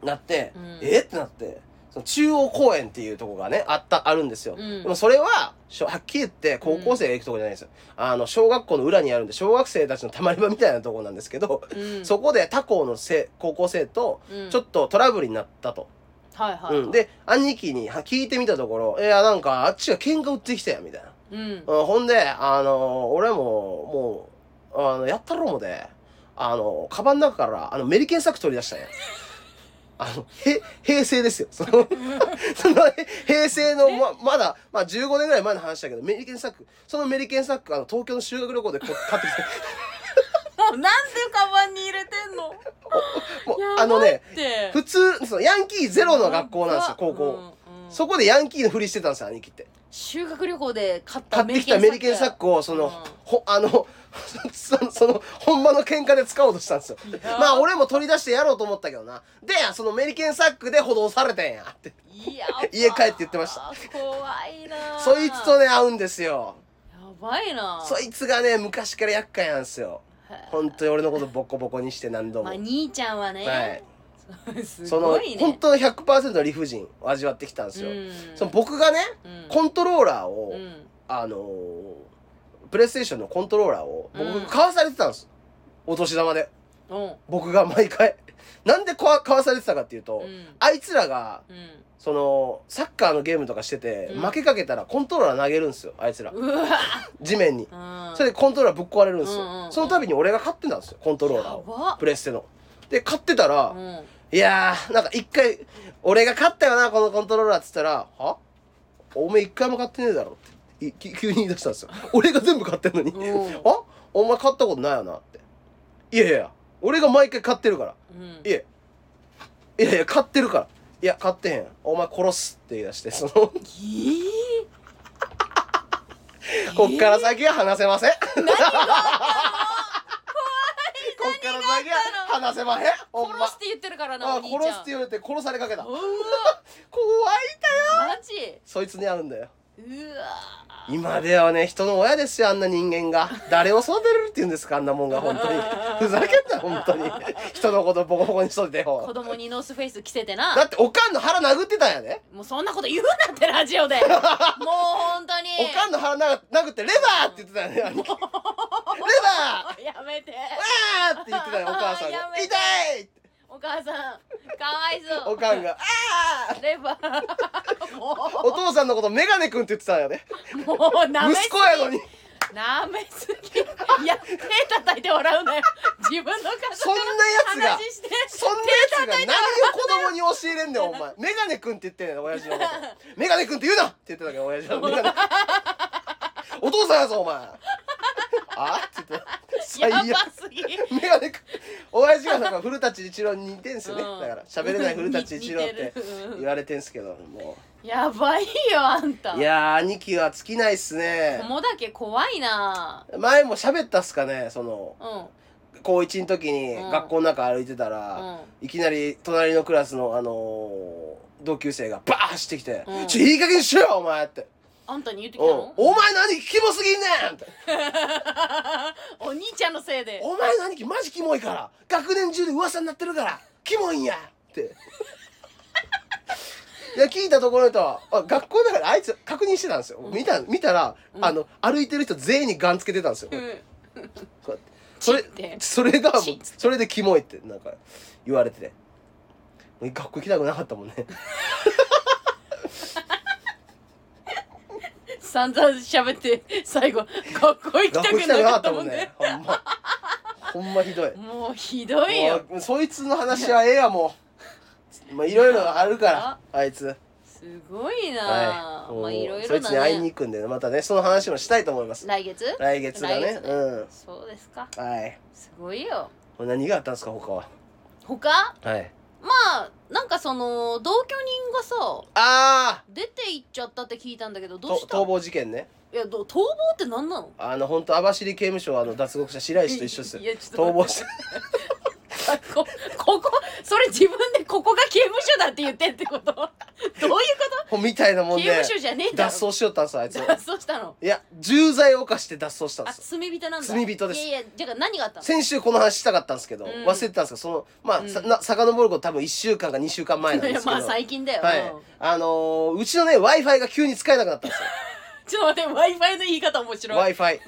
Speaker 2: なって、
Speaker 1: うん
Speaker 2: えってなってその中央公園っていうとこがねあったあるんですよ、
Speaker 1: うん
Speaker 2: でもそれは、しょはっきり言って高校生が行くとこじゃないんですよ。あの、小学校の裏にあるんで、小学生たちのたまり場みたいなとこなんですけど、
Speaker 1: うん
Speaker 2: そこで他校のせ高校生と、
Speaker 1: うん
Speaker 2: ちょっとトラブルになったと。
Speaker 1: はいはいはい
Speaker 2: うん、で、兄貴には聞いてみたところ、いや、なんか、あっちが喧嘩売ってきたや、みたいな。
Speaker 1: うん
Speaker 2: うん、ほんで、あの、俺も、もう、あの、やったろもで、あの、カバンの中から、あの、メリケンサック取り出し たんや。あの、へ、平成ですよ。その、その、平成の、ま、まだ、まあ、15年ぐらい前の話だけど、メリケンサック、そのメリケンサック、あの、東京の修学旅行でこ買ってきて、
Speaker 1: もうなんでカバンに入れてんの
Speaker 2: もう、あ
Speaker 1: や
Speaker 2: の
Speaker 1: ばいっ
Speaker 2: ね、
Speaker 1: て
Speaker 2: 普通、その、ヤンキーゼロの学校なんですよ、高校。
Speaker 1: うんうん
Speaker 2: そこでヤンキーのふりしてたんですよ、兄貴って。
Speaker 1: 修学旅行で買った
Speaker 2: 買ってきたメリケンサックをそ
Speaker 1: う
Speaker 2: の、
Speaker 1: ん
Speaker 2: ほあの そのその本場の喧嘩で使おうとしたんですよ
Speaker 1: いやー
Speaker 2: まあ俺も取り出してやろうと思ったけどなでそのメリケンサックで補導されてんやって
Speaker 1: いや
Speaker 2: 家帰って言ってました
Speaker 1: 怖いな
Speaker 2: そいつとね会うんですよ
Speaker 1: やばいな
Speaker 2: そいつがね昔から厄介なんですよ本当に俺のことボコボコにして何度も、
Speaker 1: まあ兄ちゃんはね、
Speaker 2: は い、
Speaker 1: す
Speaker 2: その、
Speaker 1: ごいね
Speaker 2: 本当の100%の理不尽を味わってきたんですよ、
Speaker 1: うん
Speaker 2: その僕がね
Speaker 1: うん
Speaker 2: コントローラーを、
Speaker 1: うん
Speaker 2: あのープレイステーションのコントローラーを
Speaker 1: うん
Speaker 2: 僕買わされてたんですお年玉で
Speaker 1: うん
Speaker 2: 僕が毎回 なんで買わ買わされてたかっていうと、
Speaker 1: うん
Speaker 2: あいつらが
Speaker 1: うん
Speaker 2: そのサッカーのゲームとかしてて、
Speaker 1: うん
Speaker 2: 負けかけたらコントローラー投げるんですよあいつら
Speaker 1: うわ
Speaker 2: 地面に、
Speaker 1: うん
Speaker 2: それでコントローラーぶっ壊れるんですよ、
Speaker 1: うんうんうん
Speaker 2: その度に俺が買ってたんですよコントローラー
Speaker 1: や
Speaker 2: を
Speaker 1: ば
Speaker 2: プレステので買ってたら、
Speaker 1: うん
Speaker 2: いやーなんか一回俺が買ったよなこのコントローラーっつったら「はおめえ一回も買ってねえだろ」ってい き急に言い出したんですよ俺が全部買ってんのに
Speaker 1: うん
Speaker 2: 「あお前買ったことないよな」って「いやいや俺が毎回買ってるから」
Speaker 1: うん
Speaker 2: いえいやいや買ってるからいや買ってへんお前殺すって言い出してそのこ
Speaker 1: ぎー
Speaker 2: っから先は話せません何が こっから先は話せまへん
Speaker 1: えー
Speaker 2: ほんま
Speaker 1: 殺して言ってるからな
Speaker 2: あ
Speaker 1: お兄ちゃん
Speaker 2: 殺すって言われて殺されかけた
Speaker 1: う
Speaker 2: 怖い
Speaker 1: わ
Speaker 2: だよ
Speaker 1: マジ
Speaker 2: そいつに会うんだよ
Speaker 1: うわ
Speaker 2: 今ではね人の親ですよあんな人間が誰を育てれるって言うんですかあんなもんが本 当にふざけんな本当に人のことボコボコにしといて
Speaker 1: 子
Speaker 2: よ
Speaker 1: 供にノースフェイス着せて
Speaker 2: だ
Speaker 1: な
Speaker 2: っておかんの腹殴ってたんやで、
Speaker 1: もうそんなこと言うなってラ ジオでもう本当に
Speaker 2: おかんの腹な殴ってレバーって言ってたよね 兄貴レバー
Speaker 1: やめて
Speaker 2: あーって言ってたよお母さんが
Speaker 1: や
Speaker 2: 痛
Speaker 1: めて
Speaker 2: い
Speaker 1: お母さんかわいそう
Speaker 2: おかんがあー
Speaker 1: レバーも
Speaker 2: お父さんのことメガネくんって言ってたよね
Speaker 1: うもうなめす
Speaker 2: 息子やのに
Speaker 1: ぎなめすぎいや手叩いて笑うなよ自分の家
Speaker 2: そん
Speaker 1: 族
Speaker 2: な
Speaker 1: の
Speaker 2: や
Speaker 1: 話して
Speaker 2: つがそんなやつが何を子供に教えれんねんお前メガネくんって言ってんねん親父のことメガネくんって言うなって言ってたけど親父はメガネお父さんやぞお前あーって言って最
Speaker 1: や
Speaker 2: 悪
Speaker 1: ばすぎ
Speaker 2: メガネくん親父がなんか古舘一郎に似てんすよね、
Speaker 1: うん
Speaker 2: だから喋れない古舘一郎って
Speaker 1: 似てるうん
Speaker 2: 言われてんすけども
Speaker 1: やばいよあんた
Speaker 2: ういやー兄貴は尽きないっすね
Speaker 1: 友だけ怖いな
Speaker 2: 前も喋ったっすかねその
Speaker 1: うん
Speaker 2: 高1の時に
Speaker 1: うん
Speaker 2: 学校の中歩いてたら、
Speaker 1: うん
Speaker 2: いきなり隣のクラスの、あのー同級生がバーッ走ってきて「
Speaker 1: うん
Speaker 2: ちょいい加減にしろよお前」って
Speaker 1: あんたに言って
Speaker 2: 「
Speaker 1: きたの
Speaker 2: うんお前何キモすぎんねん!」って
Speaker 1: お兄ちゃんのせい
Speaker 2: 「
Speaker 1: で
Speaker 2: お前何キマジキモいから学年中で噂になってるからキモいんや!」っていや聞いたところとあ学校の中であいつ確認してたんですよ見た見たら、あの歩いてる人全員にガンつけてたんですよ、
Speaker 1: うん
Speaker 2: こうやってそれ
Speaker 1: チって
Speaker 2: それがもう
Speaker 1: チッつって
Speaker 2: それでキモいってなんか言われててもう学校行きたくなかっ たもんね
Speaker 1: 散々喋って最後学校行きた
Speaker 2: 学校行き
Speaker 1: く
Speaker 2: た
Speaker 1: な
Speaker 2: く
Speaker 1: か
Speaker 2: なか
Speaker 1: っ
Speaker 2: ったた
Speaker 1: も
Speaker 2: も
Speaker 1: ん
Speaker 2: ん
Speaker 1: ね
Speaker 2: ねほんまほんまひどい
Speaker 1: もうひどいよ
Speaker 2: もうそいつの話はええやもうまあいろいろあるから
Speaker 1: あ
Speaker 2: あいつ
Speaker 1: すごいな、
Speaker 2: はいも
Speaker 1: まあ
Speaker 2: う
Speaker 1: いろい
Speaker 2: そ
Speaker 1: ろ
Speaker 2: いつ
Speaker 1: な
Speaker 2: に
Speaker 1: ね
Speaker 2: 会いに行くんでまたねその話もしたいと思います
Speaker 1: 来月
Speaker 2: 来月だ
Speaker 1: 来
Speaker 2: ね
Speaker 1: 月ね
Speaker 2: うん
Speaker 1: そうですか
Speaker 2: はい
Speaker 1: すごいよ
Speaker 2: これ何があったんですか他は
Speaker 1: 他
Speaker 2: はい
Speaker 1: まあなんかその同居人がさ
Speaker 2: ああ
Speaker 1: 出て行っちゃったって聞いたんだけどどうした
Speaker 2: 逃亡事件ね
Speaker 1: いやど逃亡って何なの
Speaker 2: あの本当網走刑務所はあの脱獄者白石と一緒です
Speaker 1: い
Speaker 2: よ
Speaker 1: やちょっと
Speaker 2: 逃
Speaker 1: 待っ
Speaker 2: 亡して
Speaker 1: てこここそれ自分でここが刑務所だって言ってんってこと どういうこ
Speaker 2: ほんみたいな
Speaker 1: と
Speaker 2: もん
Speaker 1: 刑
Speaker 2: で
Speaker 1: 務所じゃねえんだろ
Speaker 2: 脱走しよったんですよあいつ
Speaker 1: 脱走したの
Speaker 2: いや重罪を犯して脱走したん
Speaker 1: あ
Speaker 2: ですよ
Speaker 1: 罪人なんだ
Speaker 2: 罪人です
Speaker 1: いやいやじゃあ何があったの
Speaker 2: 先週この話したかったんですけど、
Speaker 1: うん
Speaker 2: 忘れてたんですけどそのまあ、
Speaker 1: うん
Speaker 2: さな遡ること多分1週間か2週間前なんですけ
Speaker 1: ま
Speaker 2: ど
Speaker 1: あ最近だよ、
Speaker 2: はい
Speaker 1: うん、
Speaker 2: あのーうちのね w i f i が急に使えなくなったんですよ
Speaker 1: ちょっと待って w i f i の言い方面
Speaker 2: w
Speaker 1: 白
Speaker 2: i
Speaker 1: い
Speaker 2: f i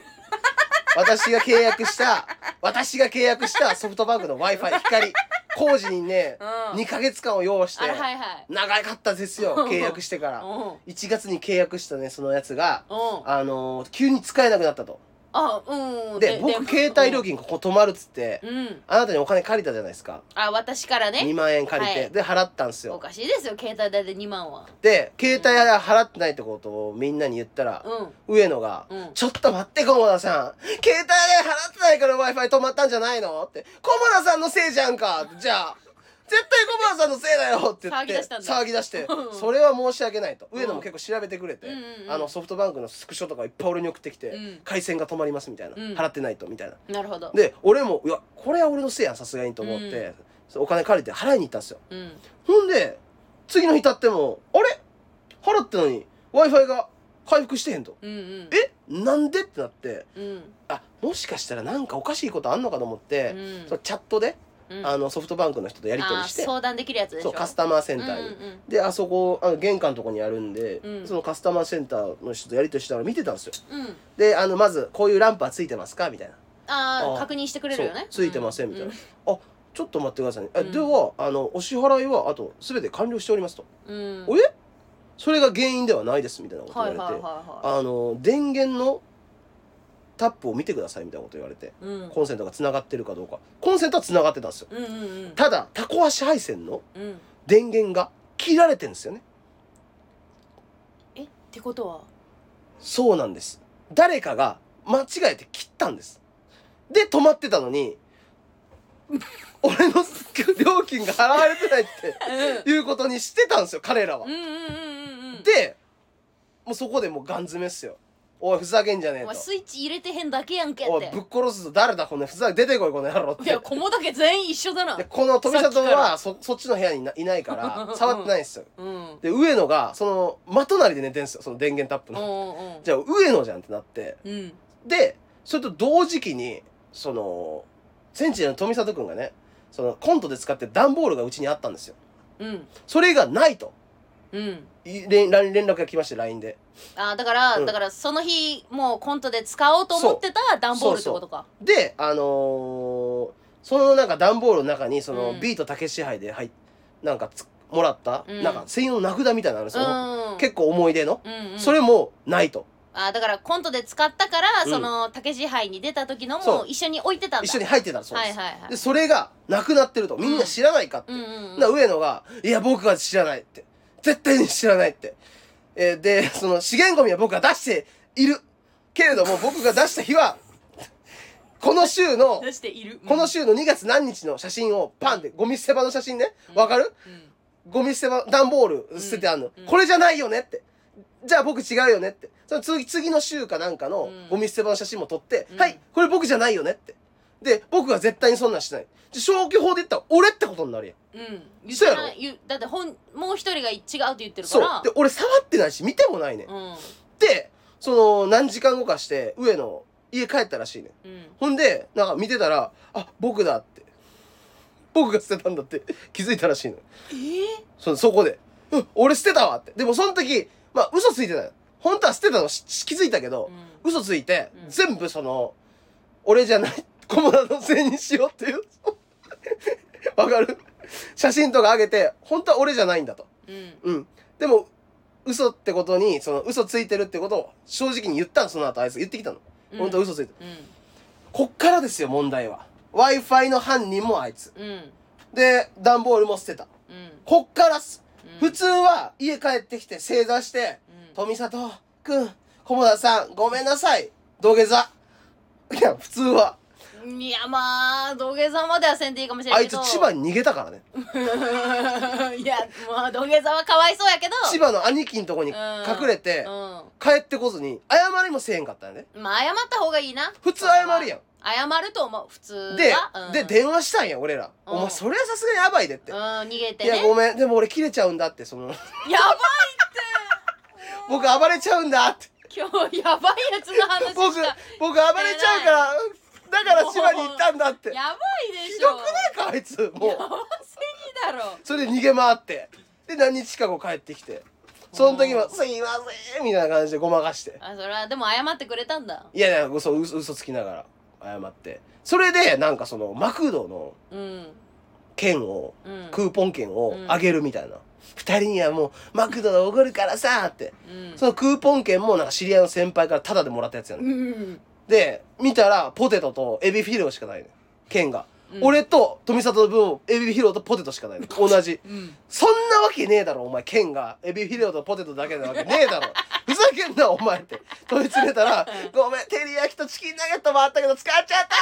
Speaker 2: 私が契 約した私が契約したソフトバンクの w i f i 光工事にね、
Speaker 1: うん
Speaker 2: 2ヶ月間を要して
Speaker 1: あらはいはい
Speaker 2: 長かったですよ契約してから
Speaker 1: うん
Speaker 2: 1月に契約したねそのやつが
Speaker 1: うん
Speaker 2: あのー急に使えなくなったと
Speaker 1: あうん
Speaker 2: で僕携帯料金ここ止まるっつって
Speaker 1: うん
Speaker 2: あなたにお金借りたじゃないですか
Speaker 1: あ私からね
Speaker 2: 2万円借りて、
Speaker 1: はい
Speaker 2: で払ったんです
Speaker 1: お
Speaker 2: よ
Speaker 1: かしいですよ携帯代で2万は
Speaker 2: で携帯代払ってないってことをみんなに言ったら、
Speaker 1: うん
Speaker 2: 上野が、
Speaker 1: うん
Speaker 2: ちょっと待って、駒田さん。携帯代払ってないから Wi-Fi 止まったんじゃないのって。駒田さんのせいじゃんかじゃあ、絶対駒田さんのせいだよって言っ
Speaker 1: 騒ぎ
Speaker 2: て、
Speaker 1: 出したんだ
Speaker 2: ぎ出して
Speaker 1: うん
Speaker 2: それは申し訳ないと。
Speaker 1: ん
Speaker 2: 上野も結構調べてくれて、
Speaker 1: うんうんうん
Speaker 2: あの、ソフトバンクのスクショとかいっぱい俺に送ってきて、
Speaker 1: うん
Speaker 2: 回線が止まりますみたいな。
Speaker 1: うん
Speaker 2: 払ってないと、みたいな。
Speaker 1: なるほど
Speaker 2: で、俺も、いや、これは俺のせいやん、さすがにと思って、
Speaker 1: うん
Speaker 2: そうお金借りて払いに行ったんですよ。
Speaker 1: うん
Speaker 2: ほんで、次の日経っても、あれ払ったのに Wi-Fi が回復してへんと。
Speaker 1: うんうん
Speaker 2: えなんでってなって、
Speaker 1: うん
Speaker 2: あ、もしかしたらなんかおかしいことあんのかと思って、
Speaker 1: うん
Speaker 2: そのチャットで、
Speaker 1: うん
Speaker 2: あのソフトバンクの人とやり取りして、
Speaker 1: あー
Speaker 2: そう
Speaker 1: 相談できるやつでしょ
Speaker 2: カスタマーセンターに。
Speaker 1: うんうん
Speaker 2: で、あそこ、あの玄関のとこにあるんで、
Speaker 1: うん
Speaker 2: そのカスタマーセンターの人とやり取りしながら見てたんですよ。
Speaker 1: うんうん
Speaker 2: で、あの、まず、こういうランプはついてますかみたいな。
Speaker 1: あ
Speaker 2: あ
Speaker 1: ー
Speaker 2: ー
Speaker 1: 確認してくれるよね
Speaker 2: そうついてませんみたいなちょっと待ってくださいね。え
Speaker 1: うん
Speaker 2: では、あの、お支払いは、あと、すべて完了しておりますと。
Speaker 1: うん
Speaker 2: おえそれが原因ではないですみたいなこと言
Speaker 1: は
Speaker 2: わ
Speaker 1: い
Speaker 2: れて、
Speaker 1: はいはいは
Speaker 2: あの電源のタップを見てくださいみたいなこと言われて
Speaker 1: いうん
Speaker 2: コンセントが繋がってるかどうかコンセントは繋がってたんですよ
Speaker 1: うんうん
Speaker 2: ただタコ足配線の
Speaker 1: うんうん
Speaker 2: 電源が切られてるんですよね
Speaker 1: えってことは
Speaker 2: そうなんです誰かが間違えて切ったんですで止まってたのに俺の料金が払われてないっ
Speaker 1: うん
Speaker 2: ていうことにしてたんですよ彼らは
Speaker 1: うんうんうんうんうん
Speaker 2: でもうそこでもうガン詰めっすよおいふざけんじゃねえ
Speaker 1: お
Speaker 2: と
Speaker 1: 前スイッチ入れてへんだけやんけっ
Speaker 2: おい
Speaker 1: て
Speaker 2: ぶっ殺すぞ誰だこのふざけ出てこいこの野郎っ
Speaker 1: い
Speaker 2: て
Speaker 1: や小だけ全員一緒だな
Speaker 2: でこの富里
Speaker 1: さっきか
Speaker 2: はそそっちの部屋にいないないか
Speaker 1: うん
Speaker 2: ら触ってないんですよ
Speaker 1: うん
Speaker 2: で上野がその真隣で寝てんすよその電源タップの
Speaker 1: うんうん
Speaker 2: じゃあ上野じゃんってなって
Speaker 1: うん
Speaker 2: でそれと同時期にそのセンチネルの富里くんがねそのコントで使ってる段ボールがうちにあったんですよ
Speaker 1: うん
Speaker 2: それがないと
Speaker 1: うん
Speaker 2: い連連連絡が来まして LINE で
Speaker 1: あーだから、
Speaker 2: うん
Speaker 1: だからその日もうコントで使おうと思ってた段ボールってことか
Speaker 2: であのーそのなんか段ボールの中にその、
Speaker 1: うん
Speaker 2: ビートたけし杯で入っなんかつもらった、
Speaker 1: うん
Speaker 2: なんか専用の名札みたいなのあるんですよ、
Speaker 1: うん
Speaker 2: 結構思い出の、
Speaker 1: うんうん
Speaker 2: それもないと
Speaker 1: あーだからコントで使ったから、
Speaker 2: うん
Speaker 1: そのたけし杯に出た時の
Speaker 2: そ
Speaker 1: も
Speaker 2: う
Speaker 1: 一緒に置いてたんだ
Speaker 2: 一緒に入ってたそう
Speaker 1: は
Speaker 2: で
Speaker 1: い
Speaker 2: す、
Speaker 1: はいはい
Speaker 2: でそれがなくなってるとみんな知らないかって、
Speaker 1: うんうんうん
Speaker 2: な上野が「いや僕は知らない」って「絶対に知らない」って、えーでその資源ゴミは僕が出しているけれども僕が出した日はこの週の
Speaker 1: 出している
Speaker 2: この週の2月何日の写真をパンってゴミ捨て場の写真ねわかる
Speaker 1: うん
Speaker 2: ゴミ捨て場段ボール捨ててあんの、
Speaker 1: うん
Speaker 2: これじゃないよねってじゃあ僕違うよねってその次次の週かなんかの
Speaker 1: うん
Speaker 2: ゴミ捨て場の写真も撮って、
Speaker 1: うん
Speaker 2: はいこれ僕じゃないよねってで僕は絶対にそんなんしないで消去法で言ったら俺ってことになるやん
Speaker 1: うん言っ
Speaker 2: そう
Speaker 1: て
Speaker 2: やろ
Speaker 1: ない言うだって本もう一人が違うって言ってるか
Speaker 2: そう
Speaker 1: ら
Speaker 2: で俺触ってないし見てもないねん、
Speaker 1: うん
Speaker 2: でその何時間後かして上の家帰ったらしいねん
Speaker 1: うん
Speaker 2: ほんでなんか見てたらあ僕だって僕が捨てたんだって気づいたらしいの
Speaker 1: えー
Speaker 2: そそこで、うん、俺捨てたわって。でもその時、まあ嘘ついてたよ。本当は捨てたのしし気づいたけど
Speaker 1: う、ん
Speaker 2: 嘘ついて
Speaker 1: う、ん
Speaker 2: 全部その、俺じゃない、小村のせいにしようっていう わかる写真とか上げて本当は俺じゃないんだと
Speaker 1: うん
Speaker 2: うんでも嘘ってことにその嘘ついてるってことを正直に言ったのその後あいつ言ってきたの
Speaker 1: うん
Speaker 2: 本当は嘘ついてる、
Speaker 1: う
Speaker 2: こっからですよ問題は w i f i の犯人もあいつ
Speaker 1: んうん
Speaker 2: で段ボールも捨てた
Speaker 1: うん
Speaker 2: こっからっす
Speaker 1: うん
Speaker 2: 普通は家帰ってきて正座して
Speaker 1: うん
Speaker 2: 富里くん菰田さんごめんなさい土下座 いや普通はい
Speaker 1: やまあ土下座まではせんでいいかもしれな
Speaker 2: あ
Speaker 1: い
Speaker 2: い
Speaker 1: け
Speaker 2: つ
Speaker 1: ど
Speaker 2: 千葉に逃げたからね
Speaker 1: に いやまあ土下座はかわいそうやけど
Speaker 2: 千葉の兄貴のとこに隠れて
Speaker 1: う
Speaker 2: 帰ってこずに謝りもせえんかったよね
Speaker 1: んまあ謝った方がいいな
Speaker 2: 普通謝るやん
Speaker 1: 謝ると思う普通
Speaker 2: で
Speaker 1: は、うん、
Speaker 2: で電話したんや俺ら「
Speaker 1: うん
Speaker 2: お前それはさすがにやばいで」って
Speaker 1: うん逃げ
Speaker 2: 「い
Speaker 1: てね
Speaker 2: やごめんでも俺切れちゃうんだ」ってそ の
Speaker 1: や
Speaker 2: 「僕暴れちゃうんだ」って
Speaker 1: ばい今日やばいやつの話
Speaker 2: 「僕
Speaker 1: した
Speaker 2: 僕暴れちゃうからだから千葉に行ったんだ」って
Speaker 1: やばいで
Speaker 2: ひ
Speaker 1: しょ
Speaker 2: どくないかあいつも
Speaker 1: や
Speaker 2: う
Speaker 1: ばすぎだろ
Speaker 2: それで逃げ回ってで何日か後帰ってきてその時も「すいません」みたいな感じでごまかして
Speaker 1: あそれはでも謝ってくれたんだ
Speaker 2: いやいや嘘嘘嘘つきながら謝ってそれでなんかそのマクドの
Speaker 1: うん
Speaker 2: 券を
Speaker 1: うん
Speaker 2: クーポン券をあげるみたいな、二人にはもうマクドがおごるからさって
Speaker 1: うん
Speaker 2: そのクーポン券もなんか知り合いの先輩からタダでもらったやつやね、ん、
Speaker 1: うん
Speaker 2: で見たらポテトとエビフィレオしかないね券が、
Speaker 1: うん
Speaker 2: 俺と富里の分もエビフィレオとポテトしかないの同じ
Speaker 1: うん
Speaker 2: そんなわけねえだろ、お前、剣が。エビフィレオとポテトだけなわけねえ だろ。ふざけんな、お前って。問い詰めたら、ごめん、照り焼きとチキンナゲットもあったけど、使っちゃった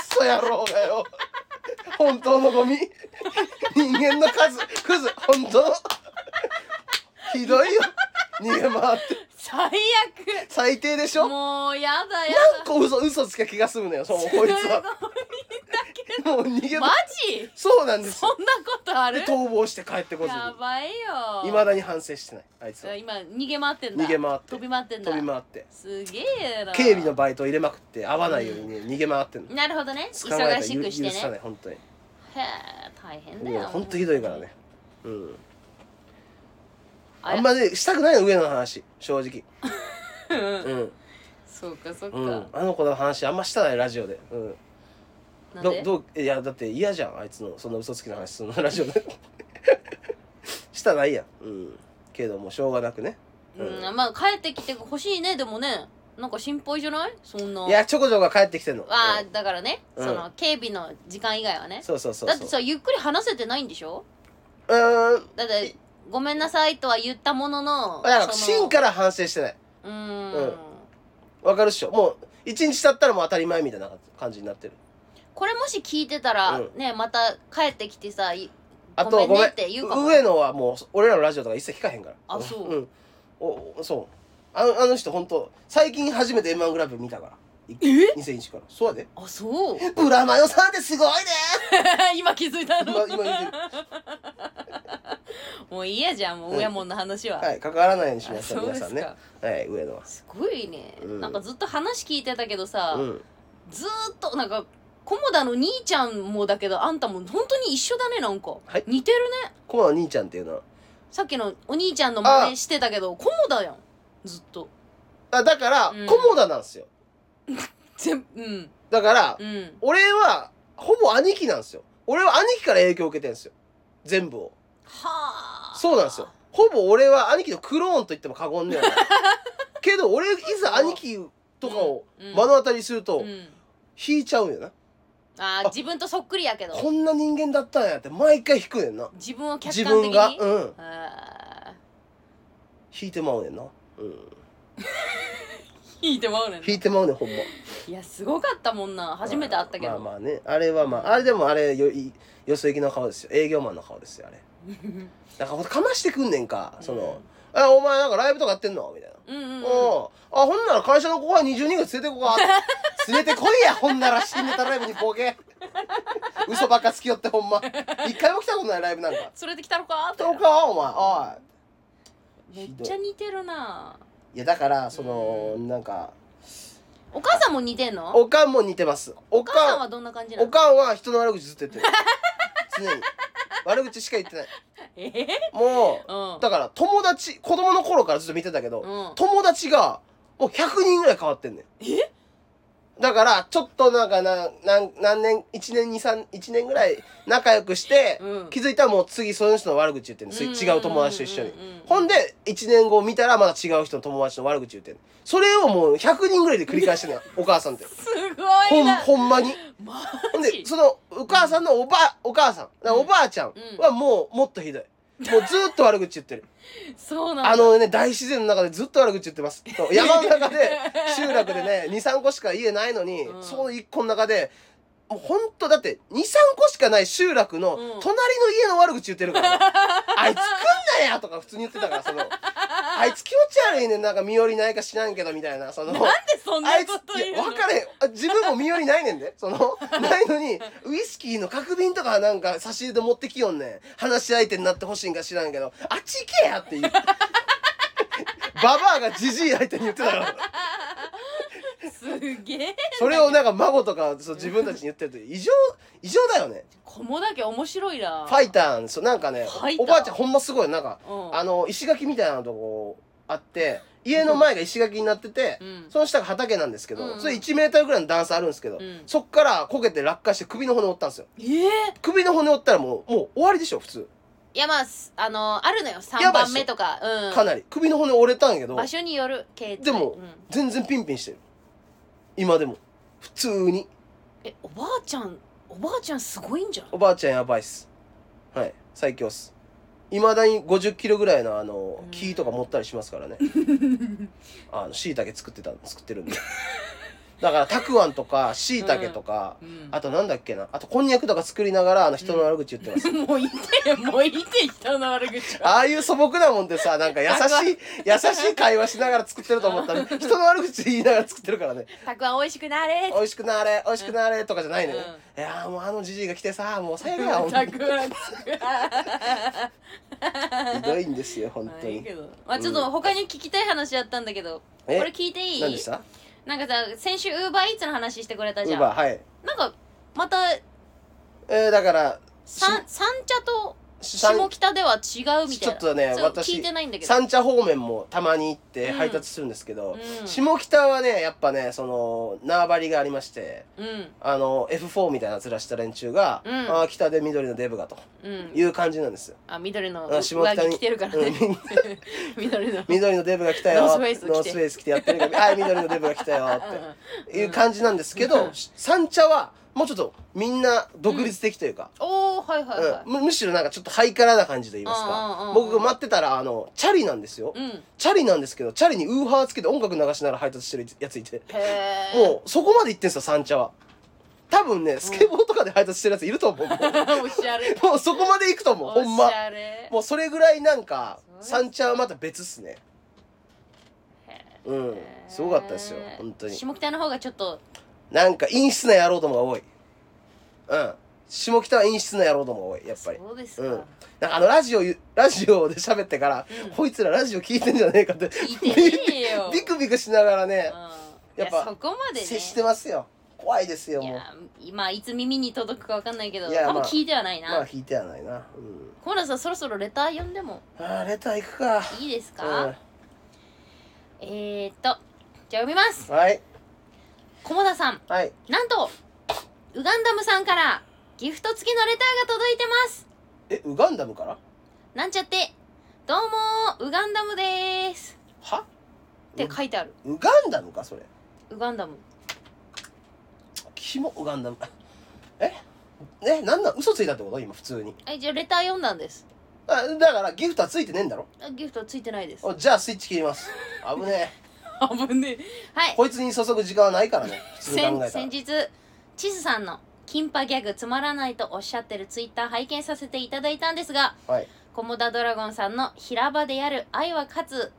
Speaker 2: クソ野郎がよ。本当のゴミ。人間の数、クズ、本当ひどいよ。逃げ回って。
Speaker 1: 最
Speaker 2: 最低でし
Speaker 1: 悪
Speaker 2: ょ
Speaker 1: もうやだや
Speaker 2: 何
Speaker 1: だ
Speaker 2: 個嘘、嘘つけ気が済むのよ、そう、こいつは。もう逃げ
Speaker 1: マ
Speaker 2: た。
Speaker 1: ジ
Speaker 2: そうなんです
Speaker 1: そ
Speaker 2: よ。
Speaker 1: んなことある
Speaker 2: で、逃亡して帰ってこずに。
Speaker 1: やばいよ
Speaker 2: いまだに反省してないあいつは
Speaker 1: 今逃げ回ってんだ
Speaker 2: 逃げ回って
Speaker 1: 飛び回ってんだ
Speaker 2: 飛び回って
Speaker 1: すげえな
Speaker 2: 警備のバイト入れまくって会わないようにね逃げ回ってんの
Speaker 1: なるほどね
Speaker 2: 捕まえたら
Speaker 1: 忙しくして
Speaker 2: 許さな
Speaker 1: ね
Speaker 2: い本当に
Speaker 1: へえ大変だ
Speaker 2: い
Speaker 1: よ
Speaker 2: や本当ひどいからねうん
Speaker 1: あ
Speaker 2: あんまねしたくないの上野の話正 直うん
Speaker 1: そうかそうか、
Speaker 2: うんあの子の話あんましたないラジオでうん
Speaker 1: なん
Speaker 2: ど
Speaker 1: で
Speaker 2: どういやだって嫌じゃんあいつのそんな嘘つきの話するのラジオで したないやんうんけどもうしょうがなくねうん
Speaker 1: うん、まあ帰ってきてほしいねでもねなんか心配じゃないそんない
Speaker 2: やちょこちょこが帰ってきてんの
Speaker 1: あ
Speaker 2: うん
Speaker 1: ーだからね、
Speaker 2: うん
Speaker 1: その警備の時間以外はね
Speaker 2: そうそうそう
Speaker 1: だって
Speaker 2: そう
Speaker 1: さゆっくり話せてないんでしょ
Speaker 2: うーん
Speaker 1: だって
Speaker 2: い
Speaker 1: ごめんなさいとは言ったものの
Speaker 2: だから
Speaker 1: その
Speaker 2: 芯から反省してないう
Speaker 1: ーん、
Speaker 2: うんわかるっしょもう一日経ったらもう当たり前みたいな感じになってる
Speaker 1: これもし聞いてたら、
Speaker 2: う
Speaker 1: ねまた帰ってきてさい
Speaker 2: あとご
Speaker 1: ごめん
Speaker 2: め
Speaker 1: ね
Speaker 2: ん
Speaker 1: って言うかも
Speaker 2: 上野はもう俺らのラジオとか一切聞かへんから
Speaker 1: あそうん
Speaker 2: おそうあのあの人本当最近初めて m 1グランプリ見たからい
Speaker 1: え
Speaker 2: 2001からそうやで
Speaker 1: あそう
Speaker 2: ブラマヨさんってすごいね
Speaker 1: 今気づいたの
Speaker 2: 今今言ってる
Speaker 1: もう嫌じゃんもう親もんの話は、
Speaker 2: はい関わらないようにしま
Speaker 1: あ
Speaker 2: しょ
Speaker 1: そううです
Speaker 2: 皆さ
Speaker 1: か
Speaker 2: んねはい上野は
Speaker 1: すごいね、
Speaker 2: うん
Speaker 1: なんかずっと話聞いてたけどさ、
Speaker 2: うん
Speaker 1: ずーっとなんか菰田の兄ちゃんもだけどあんたも本当に一緒だねなんか、
Speaker 2: はい
Speaker 1: 似てるね
Speaker 2: コマの兄ちゃんっていうのは
Speaker 1: さっきのお兄ちゃんの真似してたけど菰田やんずっと
Speaker 2: あだから
Speaker 1: うん
Speaker 2: コモダなんですよ
Speaker 1: 全うん
Speaker 2: だから
Speaker 1: うん
Speaker 2: 俺はほぼ兄貴なんですよ俺は兄貴から影響を受けてるんですよ全部を
Speaker 1: はあ
Speaker 2: そうなんですよ。ほぼ俺は兄貴のクローンと言っても過 言ではない。けど俺いざ兄貴とかを
Speaker 1: うん
Speaker 2: 目の当たりにする
Speaker 1: う
Speaker 2: と
Speaker 1: ん
Speaker 2: 引いちゃうんよな。
Speaker 1: あー自分とそっくりやけど
Speaker 2: こんな人間だったんやって毎回引くねんな。
Speaker 1: 自分を客
Speaker 2: 自
Speaker 1: 観的
Speaker 2: 分
Speaker 1: に
Speaker 2: が、うん、
Speaker 1: あ
Speaker 2: 引いてまうねんな。うん、
Speaker 1: ー 引いてまうねんな
Speaker 2: 引いてまうねんほんま。
Speaker 1: いやすごかったもんな初めて会ったけど、
Speaker 2: まあ まあね、あれはまあ、あれでもあれよ、いよそ行きの顔ですよ。営業マンの顔ですよ、あれ。だからかましてくんねんか、その、あ、お前なんかライブとかやってんのみたいな。
Speaker 1: うんうんうん
Speaker 2: おあほんなら会社の後輩20人ぐらい連れて こか連れてこいやほんなら新ネタライブにボケ嘘ばっかつきよってほんま一回も来たことないライブなんか
Speaker 1: 連れてきたのかって
Speaker 2: どうかお前お
Speaker 1: めっちゃ似てるない
Speaker 2: いやだからそのなんか
Speaker 1: お母さんも似てんのお
Speaker 2: おかんも似てますお
Speaker 1: 母さん
Speaker 2: か
Speaker 1: は
Speaker 2: ん
Speaker 1: どんな感じな
Speaker 2: お
Speaker 1: の
Speaker 2: かんは人の悪口ずっと言ってる常に悪口しか言ってない
Speaker 1: ええ
Speaker 2: も
Speaker 1: うん
Speaker 2: うだから友達子供の頃からずっと見てたけど、
Speaker 1: うん
Speaker 2: 友達がもう100人ぐらい変わってんねんだからちょっとなんかななん何年1年231年ぐらい仲良くして、
Speaker 1: うん
Speaker 2: 気づいたらもう次その人の悪口言ってんの、す
Speaker 1: うんうんうん
Speaker 2: 違う友達と一緒に、
Speaker 1: うんうんうん
Speaker 2: ほんで1年後見たらまだ違う人の友達の悪口言ってんのそれをもう100人ぐらいで繰り返してんのよお母さ んって
Speaker 1: すご
Speaker 2: ほ
Speaker 1: い
Speaker 2: ん
Speaker 1: な
Speaker 2: ほんまに
Speaker 1: マ
Speaker 2: ほんで
Speaker 1: ジ
Speaker 2: そのお母さんのおばお母さんだからおばあちゃんはもうもっとひどいもうずーっと悪口言ってる
Speaker 1: そうなんだ
Speaker 2: あのね、大自然の中でずっと悪口言ってます。と山の中で、集落でね、2、3個しか家ないのに、
Speaker 1: うん
Speaker 2: その1個の中で、もうほんとだって、2、3個しかない集落の、
Speaker 1: うん
Speaker 2: 隣の家の悪口言ってるから、ね、あいつ来んなやとか普通に言ってたから、その、あいつ気持ち悪いねん、なんか身寄りないか知らんけど、みたいな、その、
Speaker 1: なんでそんな
Speaker 2: あいつ
Speaker 1: こと
Speaker 2: い
Speaker 1: 言う
Speaker 2: や
Speaker 1: の
Speaker 2: 分かれへんあ自分も身寄りないね んでそのないのにウイスキーの角瓶とかなんか差し入れで持ってきよんねん話し相手になってほしいんか知らんけどあっち行けやって言う ババアがじじい相手に言ってたから
Speaker 1: すげえ
Speaker 2: それをなんか孫とかそう自分たちに言ってると異常異常だよね
Speaker 1: こもだけ面白いな
Speaker 2: ファイターンそうなんかね
Speaker 1: ファイター
Speaker 2: おばあちゃんほんますごいなんか
Speaker 1: うん
Speaker 2: あの石垣みたいなとこあって家の前が石垣になってて、
Speaker 1: うん
Speaker 2: その下が畑なんですけど、
Speaker 1: うん
Speaker 2: それ1メートルぐらいの段差あるんですけど、
Speaker 1: うん
Speaker 2: そっから焦げて落下して首の骨折ったんですよ
Speaker 1: ええ
Speaker 2: 首の骨折ったらもうもう終わりでしょ普通
Speaker 1: いやまあすあのあるのよ
Speaker 2: や
Speaker 1: 3
Speaker 2: ばいっ
Speaker 1: 番
Speaker 2: しょ
Speaker 1: 目とかうん
Speaker 2: かなり首の骨折れたんやけど
Speaker 1: 場所による形態
Speaker 2: でも
Speaker 1: うん
Speaker 2: 全然ピンピンしてる今でも普通に
Speaker 1: えおばあちゃんおばあちゃんすごいんじゃん
Speaker 2: おばあちゃんやばいっすはい最強っすいまだに5 0キロぐらいのあの
Speaker 1: うん
Speaker 2: 木とか持ったりしますからね あのしいたけ作ってた作ってるんでだからたくあんとかしいたけとか、
Speaker 1: うん
Speaker 2: あとなんだっけなあとこんにゃくとか作りながらあの人の悪口言ってます、
Speaker 1: もういてもういて人の悪口は
Speaker 2: ああいう素朴なもんでさなんか優しい優しい会話しながら作ってると思ったら人の悪口言いながら作ってるからね
Speaker 1: たくあん美味しくなれ
Speaker 2: 美味しくなあれ美味しくなあれとかじゃないのよ、
Speaker 1: う
Speaker 2: いやーもうあのじじいが来てさもう最悪やほんと
Speaker 1: た
Speaker 2: に
Speaker 1: くあんつくあ
Speaker 2: ひどいんですよ本
Speaker 1: まあ
Speaker 2: 当
Speaker 1: いい
Speaker 2: に
Speaker 1: けどまあちょっと他に聞きたい話やったんだけどこ
Speaker 2: え
Speaker 1: れ聞いていい
Speaker 2: 何でした
Speaker 1: なんかさ先週ウーバーイーツの話してくれ
Speaker 2: ウ
Speaker 1: たじゃ
Speaker 2: ー
Speaker 1: ん
Speaker 2: バーはい
Speaker 1: なんかまた
Speaker 2: えー、だから
Speaker 1: 三三茶と
Speaker 2: し三
Speaker 1: 下北では違うみたいな
Speaker 2: ちょっとね
Speaker 1: そう
Speaker 2: 私
Speaker 1: 聞いてないんだけど
Speaker 2: 三茶方面もたまに行って
Speaker 1: うん
Speaker 2: 配達するんですけど、
Speaker 1: うん
Speaker 2: 下北はねやっぱねその縄張りがありまして
Speaker 1: うん
Speaker 2: あの F4 みたいなずらした連中が、
Speaker 1: うん
Speaker 2: あー北で緑のデブがと
Speaker 1: うん
Speaker 2: いう感じなんですよ。
Speaker 1: あ緑の上
Speaker 2: あ
Speaker 1: 着
Speaker 2: 下北に
Speaker 1: 着てるからね 緑の
Speaker 2: 緑のデブが来たよ
Speaker 1: ノースフェイス着て
Speaker 2: ノースフェイス着てやってるけどあー緑のデブが来たよっ
Speaker 1: うん
Speaker 2: ていう感じなんですけど、
Speaker 1: うん
Speaker 2: 三茶はもうちょっとみんな独立的というか、
Speaker 1: おおはいはいは
Speaker 2: うんむむしろなんかちょっとハイカラな感じと言います
Speaker 1: うんうんうん
Speaker 2: か
Speaker 1: うん
Speaker 2: 僕が待ってたらあのチャリなんですよ、
Speaker 1: いうん
Speaker 2: チャリなんですけどチャリにウーハーつけて音楽流しながら配達してるやついて
Speaker 1: へえ
Speaker 2: もうそこまで行ってんすよ三茶は多分ねスケボーとかで配達してるやついると 思う、
Speaker 1: おしゃれ
Speaker 2: もうそこまで行くと思うほんま
Speaker 1: おしゃれ
Speaker 2: もうそれぐらいなんか
Speaker 1: そうです
Speaker 2: 三茶はまた別っすねうんすごかったですよ
Speaker 1: へー
Speaker 2: 本当に
Speaker 1: 下北の方がちょっと
Speaker 2: なんか陰湿な野郎どもが多いうん下北は陰湿な野郎どもが多いやっぱり
Speaker 1: そうです
Speaker 2: うん
Speaker 1: か
Speaker 2: なんかあのラジオゆラジオで喋ってから、
Speaker 1: うん
Speaker 2: こいつらラジオ聞いてんじゃねえかって
Speaker 1: 聞いてねえよ
Speaker 2: ビクビクしながらね
Speaker 1: うん
Speaker 2: やっぱ
Speaker 1: いそこまでね
Speaker 2: 接してますよ怖いですよ
Speaker 1: い
Speaker 2: もう
Speaker 1: や今いつ耳に届くかわかんないけど
Speaker 2: いや
Speaker 1: 多分
Speaker 2: まあ
Speaker 1: 聞いてはない
Speaker 2: まあ
Speaker 1: な
Speaker 2: 引いてはないな、うん、
Speaker 1: 小村さんそろそろレター読んでも
Speaker 2: ああレター行くか
Speaker 1: いいです
Speaker 2: うん
Speaker 1: かえーっとじゃあ読みます
Speaker 2: はい
Speaker 1: 菰田さん
Speaker 2: はい
Speaker 1: なんとウガンダムさんからギフト付きのレターが届いてます
Speaker 2: えウガンダムから
Speaker 1: なんちゃってどうもウガンダムでーす
Speaker 2: は
Speaker 1: って書いてある
Speaker 2: ウガンダムかそれ
Speaker 1: ウガンダム
Speaker 2: キモウガンダムええなんなん嘘ついたってこと今普通に
Speaker 1: えじゃあレター読んだんです
Speaker 2: あだからギフトはついてねえんだろ
Speaker 1: あギフト付いてないです
Speaker 2: おじゃあスイッチ切ります危ね
Speaker 1: あぶねは
Speaker 2: え
Speaker 1: い
Speaker 2: こいつに注ぐ時間はないからね普通に考え
Speaker 1: 先
Speaker 2: たら
Speaker 1: 先日チズさんのキンパギャグつまらないとおっしゃってるツイッター拝見させていただいたんですが
Speaker 2: はい
Speaker 1: コモダドラゴンさんの平場でやる愛は勝つ、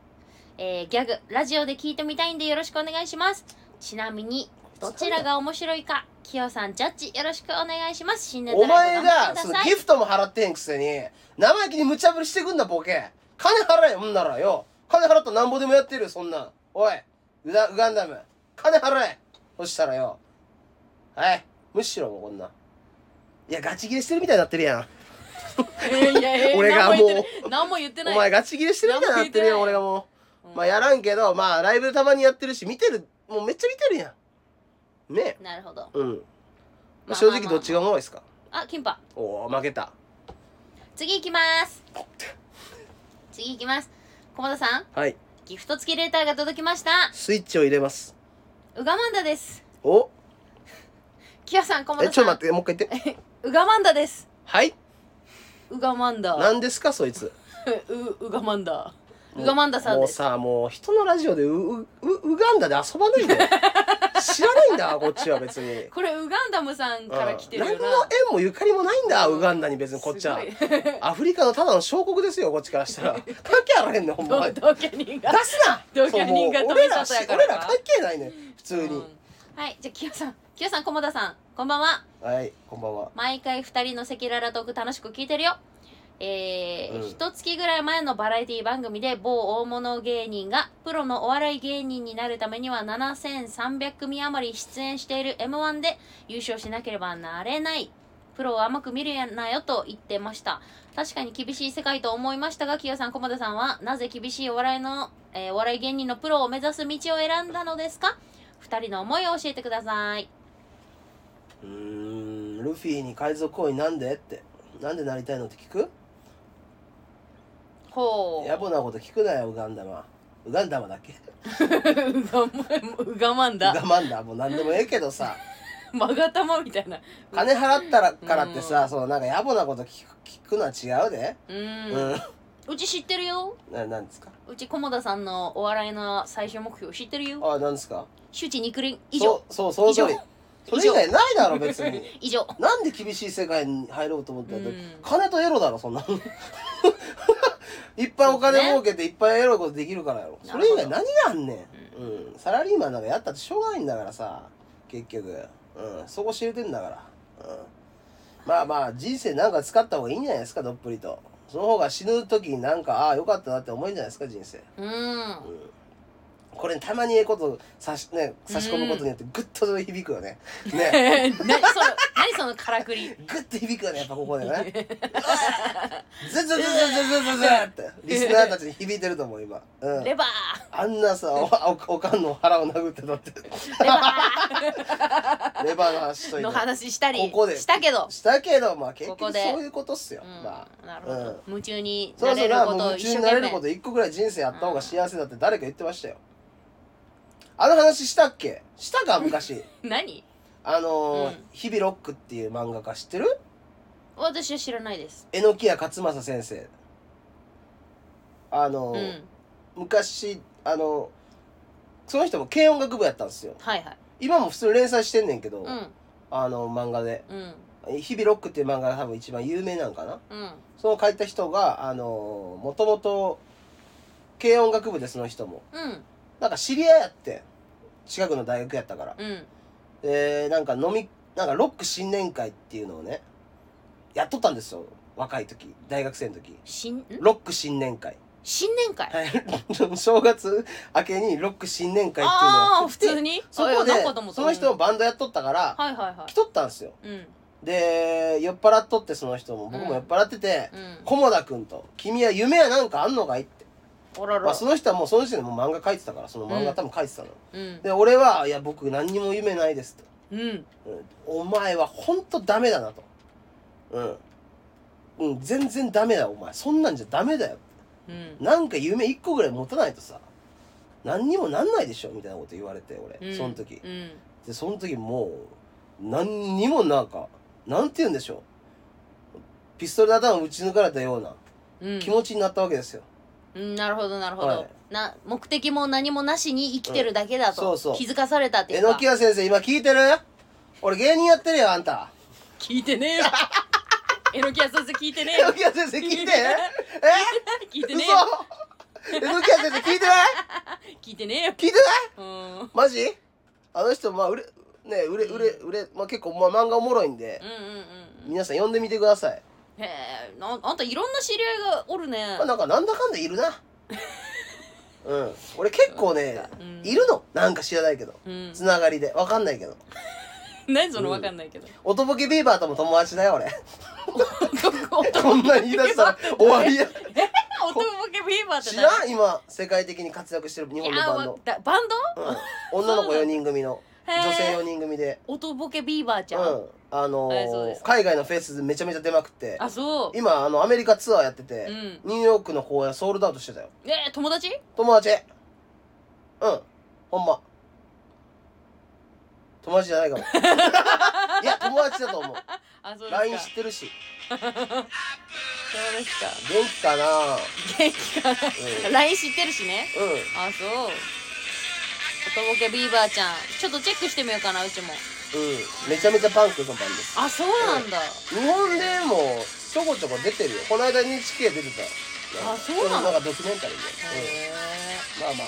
Speaker 1: えーギャグラジオで聞いてみたいんでよろしくお願いしますちなみにどちらが面白いかキヨさんジャッジよろしくお願いします新ネタ
Speaker 2: お前
Speaker 1: ライ
Speaker 2: が
Speaker 1: ブ頑張って
Speaker 2: そ
Speaker 1: く
Speaker 2: の
Speaker 1: ださい
Speaker 2: ギフトも払ってへんくせに生意気に無茶ぶりしてくんだボケ金払えよほんならよ金払ったらなんぼでもやってるよそんなんおいウダウガンダム金払えそしたらよはいむしろもうこんないやガチ切れしてるみたいになってるやん
Speaker 1: いやいやいや
Speaker 2: 俺がもう
Speaker 1: 何も言って
Speaker 2: お
Speaker 1: ない
Speaker 2: 前ガチ切れしてるみたいになってるやん
Speaker 1: 何も聞いてない
Speaker 2: 俺がもう
Speaker 1: うん
Speaker 2: まあやらんけどまあライブでたまにやってるし見てるもうめっちゃ見てるやんね
Speaker 1: なるほど
Speaker 2: うん、
Speaker 1: まあ
Speaker 2: 正直どっちがおもろいですか
Speaker 1: あキンパ
Speaker 2: おお負けた
Speaker 1: 次行きます次行きます駒田さん
Speaker 2: はい
Speaker 1: ギフト付きレターが届きました
Speaker 2: スイッチを入れます
Speaker 1: ウガマンダです
Speaker 2: お
Speaker 1: キヨさん駒
Speaker 2: え
Speaker 1: 田
Speaker 2: ちょ
Speaker 1: さ
Speaker 2: っと
Speaker 1: ん
Speaker 2: 待ってもう一回言って
Speaker 1: ウガマンダです
Speaker 2: はい
Speaker 1: ウガマンダ
Speaker 2: 何ですかそいつ
Speaker 1: ウウガマンダウガマンダさん
Speaker 2: も
Speaker 1: で
Speaker 2: う
Speaker 1: す
Speaker 2: さもう人のラジオでウウウウガンダで遊ばないで 知らないんだこっちは別に
Speaker 1: これウガンダムさん から来てるよ
Speaker 2: うん
Speaker 1: な
Speaker 2: 何の縁もゆかりもないんだ、
Speaker 1: うん
Speaker 2: ウガンダに別にこっちは
Speaker 1: すごい
Speaker 2: アフリカのただの小国ですよこっちから したら関係あらへんねんほん
Speaker 1: 同
Speaker 2: まに出
Speaker 1: 同居人が
Speaker 2: すな
Speaker 1: 同居人が
Speaker 2: そうも
Speaker 1: 止
Speaker 2: う俺
Speaker 1: め
Speaker 2: ら
Speaker 1: 方
Speaker 2: し
Speaker 1: やから
Speaker 2: 俺ら関係ないねん普通に、
Speaker 1: うんはいじゃあキヨさんキヨさん駒田さんこんばんは
Speaker 2: はいこんばんは
Speaker 1: 毎回2人の赤裸々トーク楽しく聞いてるよえー
Speaker 2: うん
Speaker 1: 一月ぐらい前のバラエティ番組で某大物芸人がプロのお笑い芸人になるためには7300組余り出演している m 1で優勝しなければなれないプロを甘く見るなよと言ってました確かに厳しい世界と思いましたがキヨさん駒田さんはなぜ厳しいお笑いの、えーお笑い芸人のプロを目指す道を選んだのですか2人の思いを教えてくださいう
Speaker 2: ーんルフィに海賊王になんでってなんでなりたいのって聞く
Speaker 1: ほう
Speaker 2: 野暮なこと聞くなよウガンダマウガンダマだっけ
Speaker 1: うがまん
Speaker 2: ウガマンダもう何でもええけどさ
Speaker 1: まがたまみたいな
Speaker 2: 金払ったらからってさ、そのなんか野暮なこと聞く聞くのは違うで
Speaker 1: う、
Speaker 2: うんん、
Speaker 1: うち知ってるよ
Speaker 2: ななんですか
Speaker 1: うち菰田さんのお笑いの最終目標知ってるよ
Speaker 2: あなんですか
Speaker 1: 周知肉林以上
Speaker 2: そうそうその通りそれ以外ないだろ別 に
Speaker 1: 以上
Speaker 2: なんで厳しい世界に入ろうと思ったんだ
Speaker 1: うん
Speaker 2: 金とエロだろそんなの いっぱいお金儲けていっぱいエロいことできるからやろ
Speaker 1: な
Speaker 2: そ
Speaker 1: るほ
Speaker 2: れ
Speaker 1: ど
Speaker 2: 以外何があんねん、うんサラリーマンなんかやったってしょうがないんだからさ結局、うん、そこ知れてんだから、うん、まあまあ人生なんか使った方がいいんじゃないですかどっぷりとその方が死ぬ時になんかああよかったなって思うんじゃないですか人生
Speaker 1: うん
Speaker 2: これたまにええこと差し,、ね、差し込むことによってグッと響くよねね
Speaker 1: 何その何そのからくり
Speaker 2: グッて響くよねやっぱここでねズズズズズズズズってリスナーたちに響いてると思う今、うん、
Speaker 1: レバ
Speaker 2: あんなさおおおかんの腹を殴ってたって
Speaker 1: ーレバ
Speaker 2: レバーの話しと
Speaker 1: ー
Speaker 2: い
Speaker 1: の
Speaker 2: て
Speaker 1: 話したり
Speaker 2: ここで
Speaker 1: したけど、
Speaker 2: したけどまあ結
Speaker 1: ここ
Speaker 2: 局
Speaker 1: で
Speaker 2: そういうことっすよ
Speaker 1: うん
Speaker 2: まあ
Speaker 1: なるほど、
Speaker 2: うん
Speaker 1: 夢中に
Speaker 2: そ
Speaker 1: な
Speaker 2: ろそ
Speaker 1: れる
Speaker 2: ろ
Speaker 1: こ
Speaker 2: も
Speaker 1: と
Speaker 2: う
Speaker 1: を
Speaker 2: 夢
Speaker 1: 一
Speaker 2: 中
Speaker 1: 生
Speaker 2: になれ
Speaker 1: 懸
Speaker 2: るこ
Speaker 1: 命
Speaker 2: と一個ぐらい人生やった方が幸せだって誰か言ってましたよあの話したっけした か昔
Speaker 1: 何
Speaker 2: あのー
Speaker 1: うん
Speaker 2: 日々ロック」っていう漫画家知ってる
Speaker 1: 私は知らないです
Speaker 2: 榎谷勝正先生あ
Speaker 1: う
Speaker 2: の
Speaker 1: ん
Speaker 2: ー昔あのその人も軽音楽部やったんですよ
Speaker 1: はいはい
Speaker 2: 今も普通に連載してんねんけど、
Speaker 1: うん
Speaker 2: あの漫画で
Speaker 1: うん
Speaker 2: 「日々ロック」っていう漫画が多分一番有名なんかな
Speaker 1: うん
Speaker 2: その書いた人があのもともと軽音楽部でその人も
Speaker 1: うん
Speaker 2: なんか知り合いやってん近くの大学やったから
Speaker 1: うん
Speaker 2: でなんか飲みなんかロック新年会っていうのをねやっとったんですよ若い時大学生の時
Speaker 1: 新ん
Speaker 2: ロック新年会
Speaker 1: 新年会
Speaker 2: はい 正月明けにロック新年会っていうのを
Speaker 1: あ
Speaker 2: や
Speaker 1: あ
Speaker 2: っ
Speaker 1: 普
Speaker 2: てて
Speaker 1: 通に
Speaker 2: そ
Speaker 1: あいや
Speaker 2: こで
Speaker 1: なんかと思った
Speaker 2: その人
Speaker 1: う
Speaker 2: も
Speaker 1: ん
Speaker 2: バンドやっとったから
Speaker 1: はいはいは
Speaker 2: 来とったんですよ
Speaker 1: いうん
Speaker 2: で酔っ払っとってその人も僕
Speaker 1: うん
Speaker 2: も酔っ払ってて
Speaker 1: うん
Speaker 2: 菰田君と「君は夢はなんかあんのかい?」って、
Speaker 1: あら
Speaker 2: まあ、
Speaker 1: ら
Speaker 2: その人はもうその時点でもう漫画描いてたからその漫
Speaker 1: う
Speaker 2: 画
Speaker 1: ん
Speaker 2: 多分描いてたの、
Speaker 1: うん
Speaker 2: で俺は「いや僕何にも夢ないです」と
Speaker 1: うん
Speaker 2: 「うん、お前は本当ダメだな」と「うん、うん、全然ダメだよお前そんなんじゃダメだよ
Speaker 1: うん
Speaker 2: なんか夢一個ぐらい持たないとさ何にもなんないでしょ」みたいなこと言われて俺、
Speaker 1: うん
Speaker 2: その時、
Speaker 1: うん
Speaker 2: でその時もう何にもなんかなんて言うんでしょうピストルで頭を打ち抜かれたような
Speaker 1: うん
Speaker 2: 気持ちになったわけですよ、
Speaker 1: うんなるほどなるほ
Speaker 2: は
Speaker 1: ど
Speaker 2: い
Speaker 1: な目的も何もなしに生きてるだけだ
Speaker 2: う
Speaker 1: と
Speaker 2: んそうそう
Speaker 1: 気づかされたってい
Speaker 2: え
Speaker 1: う
Speaker 2: の
Speaker 1: か
Speaker 2: きや先生今聞いてる俺芸人やってるよあんた
Speaker 1: 聞いて ねえよえのきや先生聞いてねえ
Speaker 2: えの
Speaker 1: よ
Speaker 2: きや先生聞いて
Speaker 1: 聞い
Speaker 2: え
Speaker 1: て
Speaker 2: 嘘
Speaker 1: ねえよ
Speaker 2: えのきや先生聞いてない
Speaker 1: 聞いてねえよ
Speaker 2: 聞いてないう
Speaker 1: ーんうん
Speaker 2: マジあの人まあ売れね売れ売れ売れ、まあ、結構、まあ、漫画おもろいんで
Speaker 1: うんうんうん
Speaker 2: 皆さん読んでみてください、
Speaker 1: へえなあんたいろんな知り合いがおるね
Speaker 2: まあ、なんかなんだかんだい るなうん俺結構ね
Speaker 1: うん
Speaker 2: いるのなんか知らないけど
Speaker 1: うん
Speaker 2: つながりでわかんないけど
Speaker 1: 何そのわかんないけど
Speaker 2: おとぼけビーバーとも友達だ よ俺
Speaker 1: 男
Speaker 2: こんなん言い出したら終わりや
Speaker 1: 音ボケビーバーって
Speaker 2: 知
Speaker 1: 誰
Speaker 2: らん今世界的に活躍してる日
Speaker 1: い
Speaker 2: 本の
Speaker 1: や
Speaker 2: バ
Speaker 1: わ
Speaker 2: ンド、
Speaker 1: だバンド
Speaker 2: うん、女の子4人組の女性
Speaker 1: へ
Speaker 2: 4
Speaker 1: え
Speaker 2: 人組で
Speaker 1: 音ボケビーバーちゃん、
Speaker 2: うんあの
Speaker 1: あれそうです
Speaker 2: ー、海外のフェスめちゃめちゃ出まくって
Speaker 1: あそう
Speaker 2: 今あのアメリカツアーやって
Speaker 1: う
Speaker 2: て、
Speaker 1: ん
Speaker 2: ニューヨークの公演ソールドアウトしてたよ
Speaker 1: えー、友達
Speaker 2: 友達うんほんま友達じゃ ないかもいや友達だと思う
Speaker 1: あそうですか
Speaker 2: LINE 知ってるし
Speaker 1: そうですか
Speaker 2: 元気かな
Speaker 1: 元気かな LINE 知ってるしね
Speaker 2: うん、うん
Speaker 1: あそう音ボケビーバーちゃんちょっとチェックしてみようかなうちも
Speaker 2: うん、めちゃめちゃパンクのバンドです
Speaker 1: あそうなんだ、
Speaker 2: 日本でもちょこちょこ出てるよこの間 NHK 出てた
Speaker 1: あそうなの
Speaker 2: なんかドキュメンタリーで、
Speaker 1: へ
Speaker 2: うん、まあまあ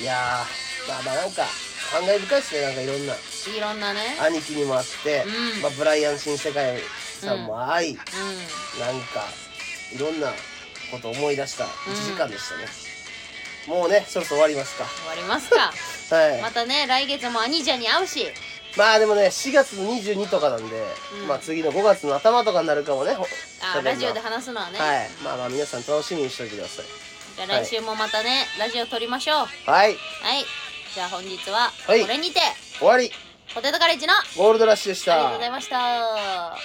Speaker 2: いやーまあまあなんか感慨深いっすねなんかいろんな
Speaker 1: えいろんなね
Speaker 2: 兄貴にもあって、
Speaker 1: うん
Speaker 2: まあ、ブライアン新世界さんも会い、
Speaker 1: う
Speaker 2: なんかいろんなこと思い出した1時間でしたね、もうねそろそろ終わりますか
Speaker 1: ん終わりますか
Speaker 2: はい
Speaker 1: またね来月も兄ちゃんに会うし
Speaker 2: まあでもね4月の22とかなんで、
Speaker 1: うん
Speaker 2: まあ次の5月の頭とかになるかもねほ
Speaker 1: あ
Speaker 2: 喋るの
Speaker 1: ラジオで話すのはね、
Speaker 2: はいまあまあ皆さん楽しみにしておいてください
Speaker 1: じゃあ来週もまたね、ラジオ撮りましょうはい
Speaker 2: はい
Speaker 1: じゃあ本日はこ
Speaker 2: はい
Speaker 1: れにて、
Speaker 2: 終わり
Speaker 1: ポテトカレッジのあり
Speaker 2: ゴールドラッシュでした
Speaker 1: がとうございました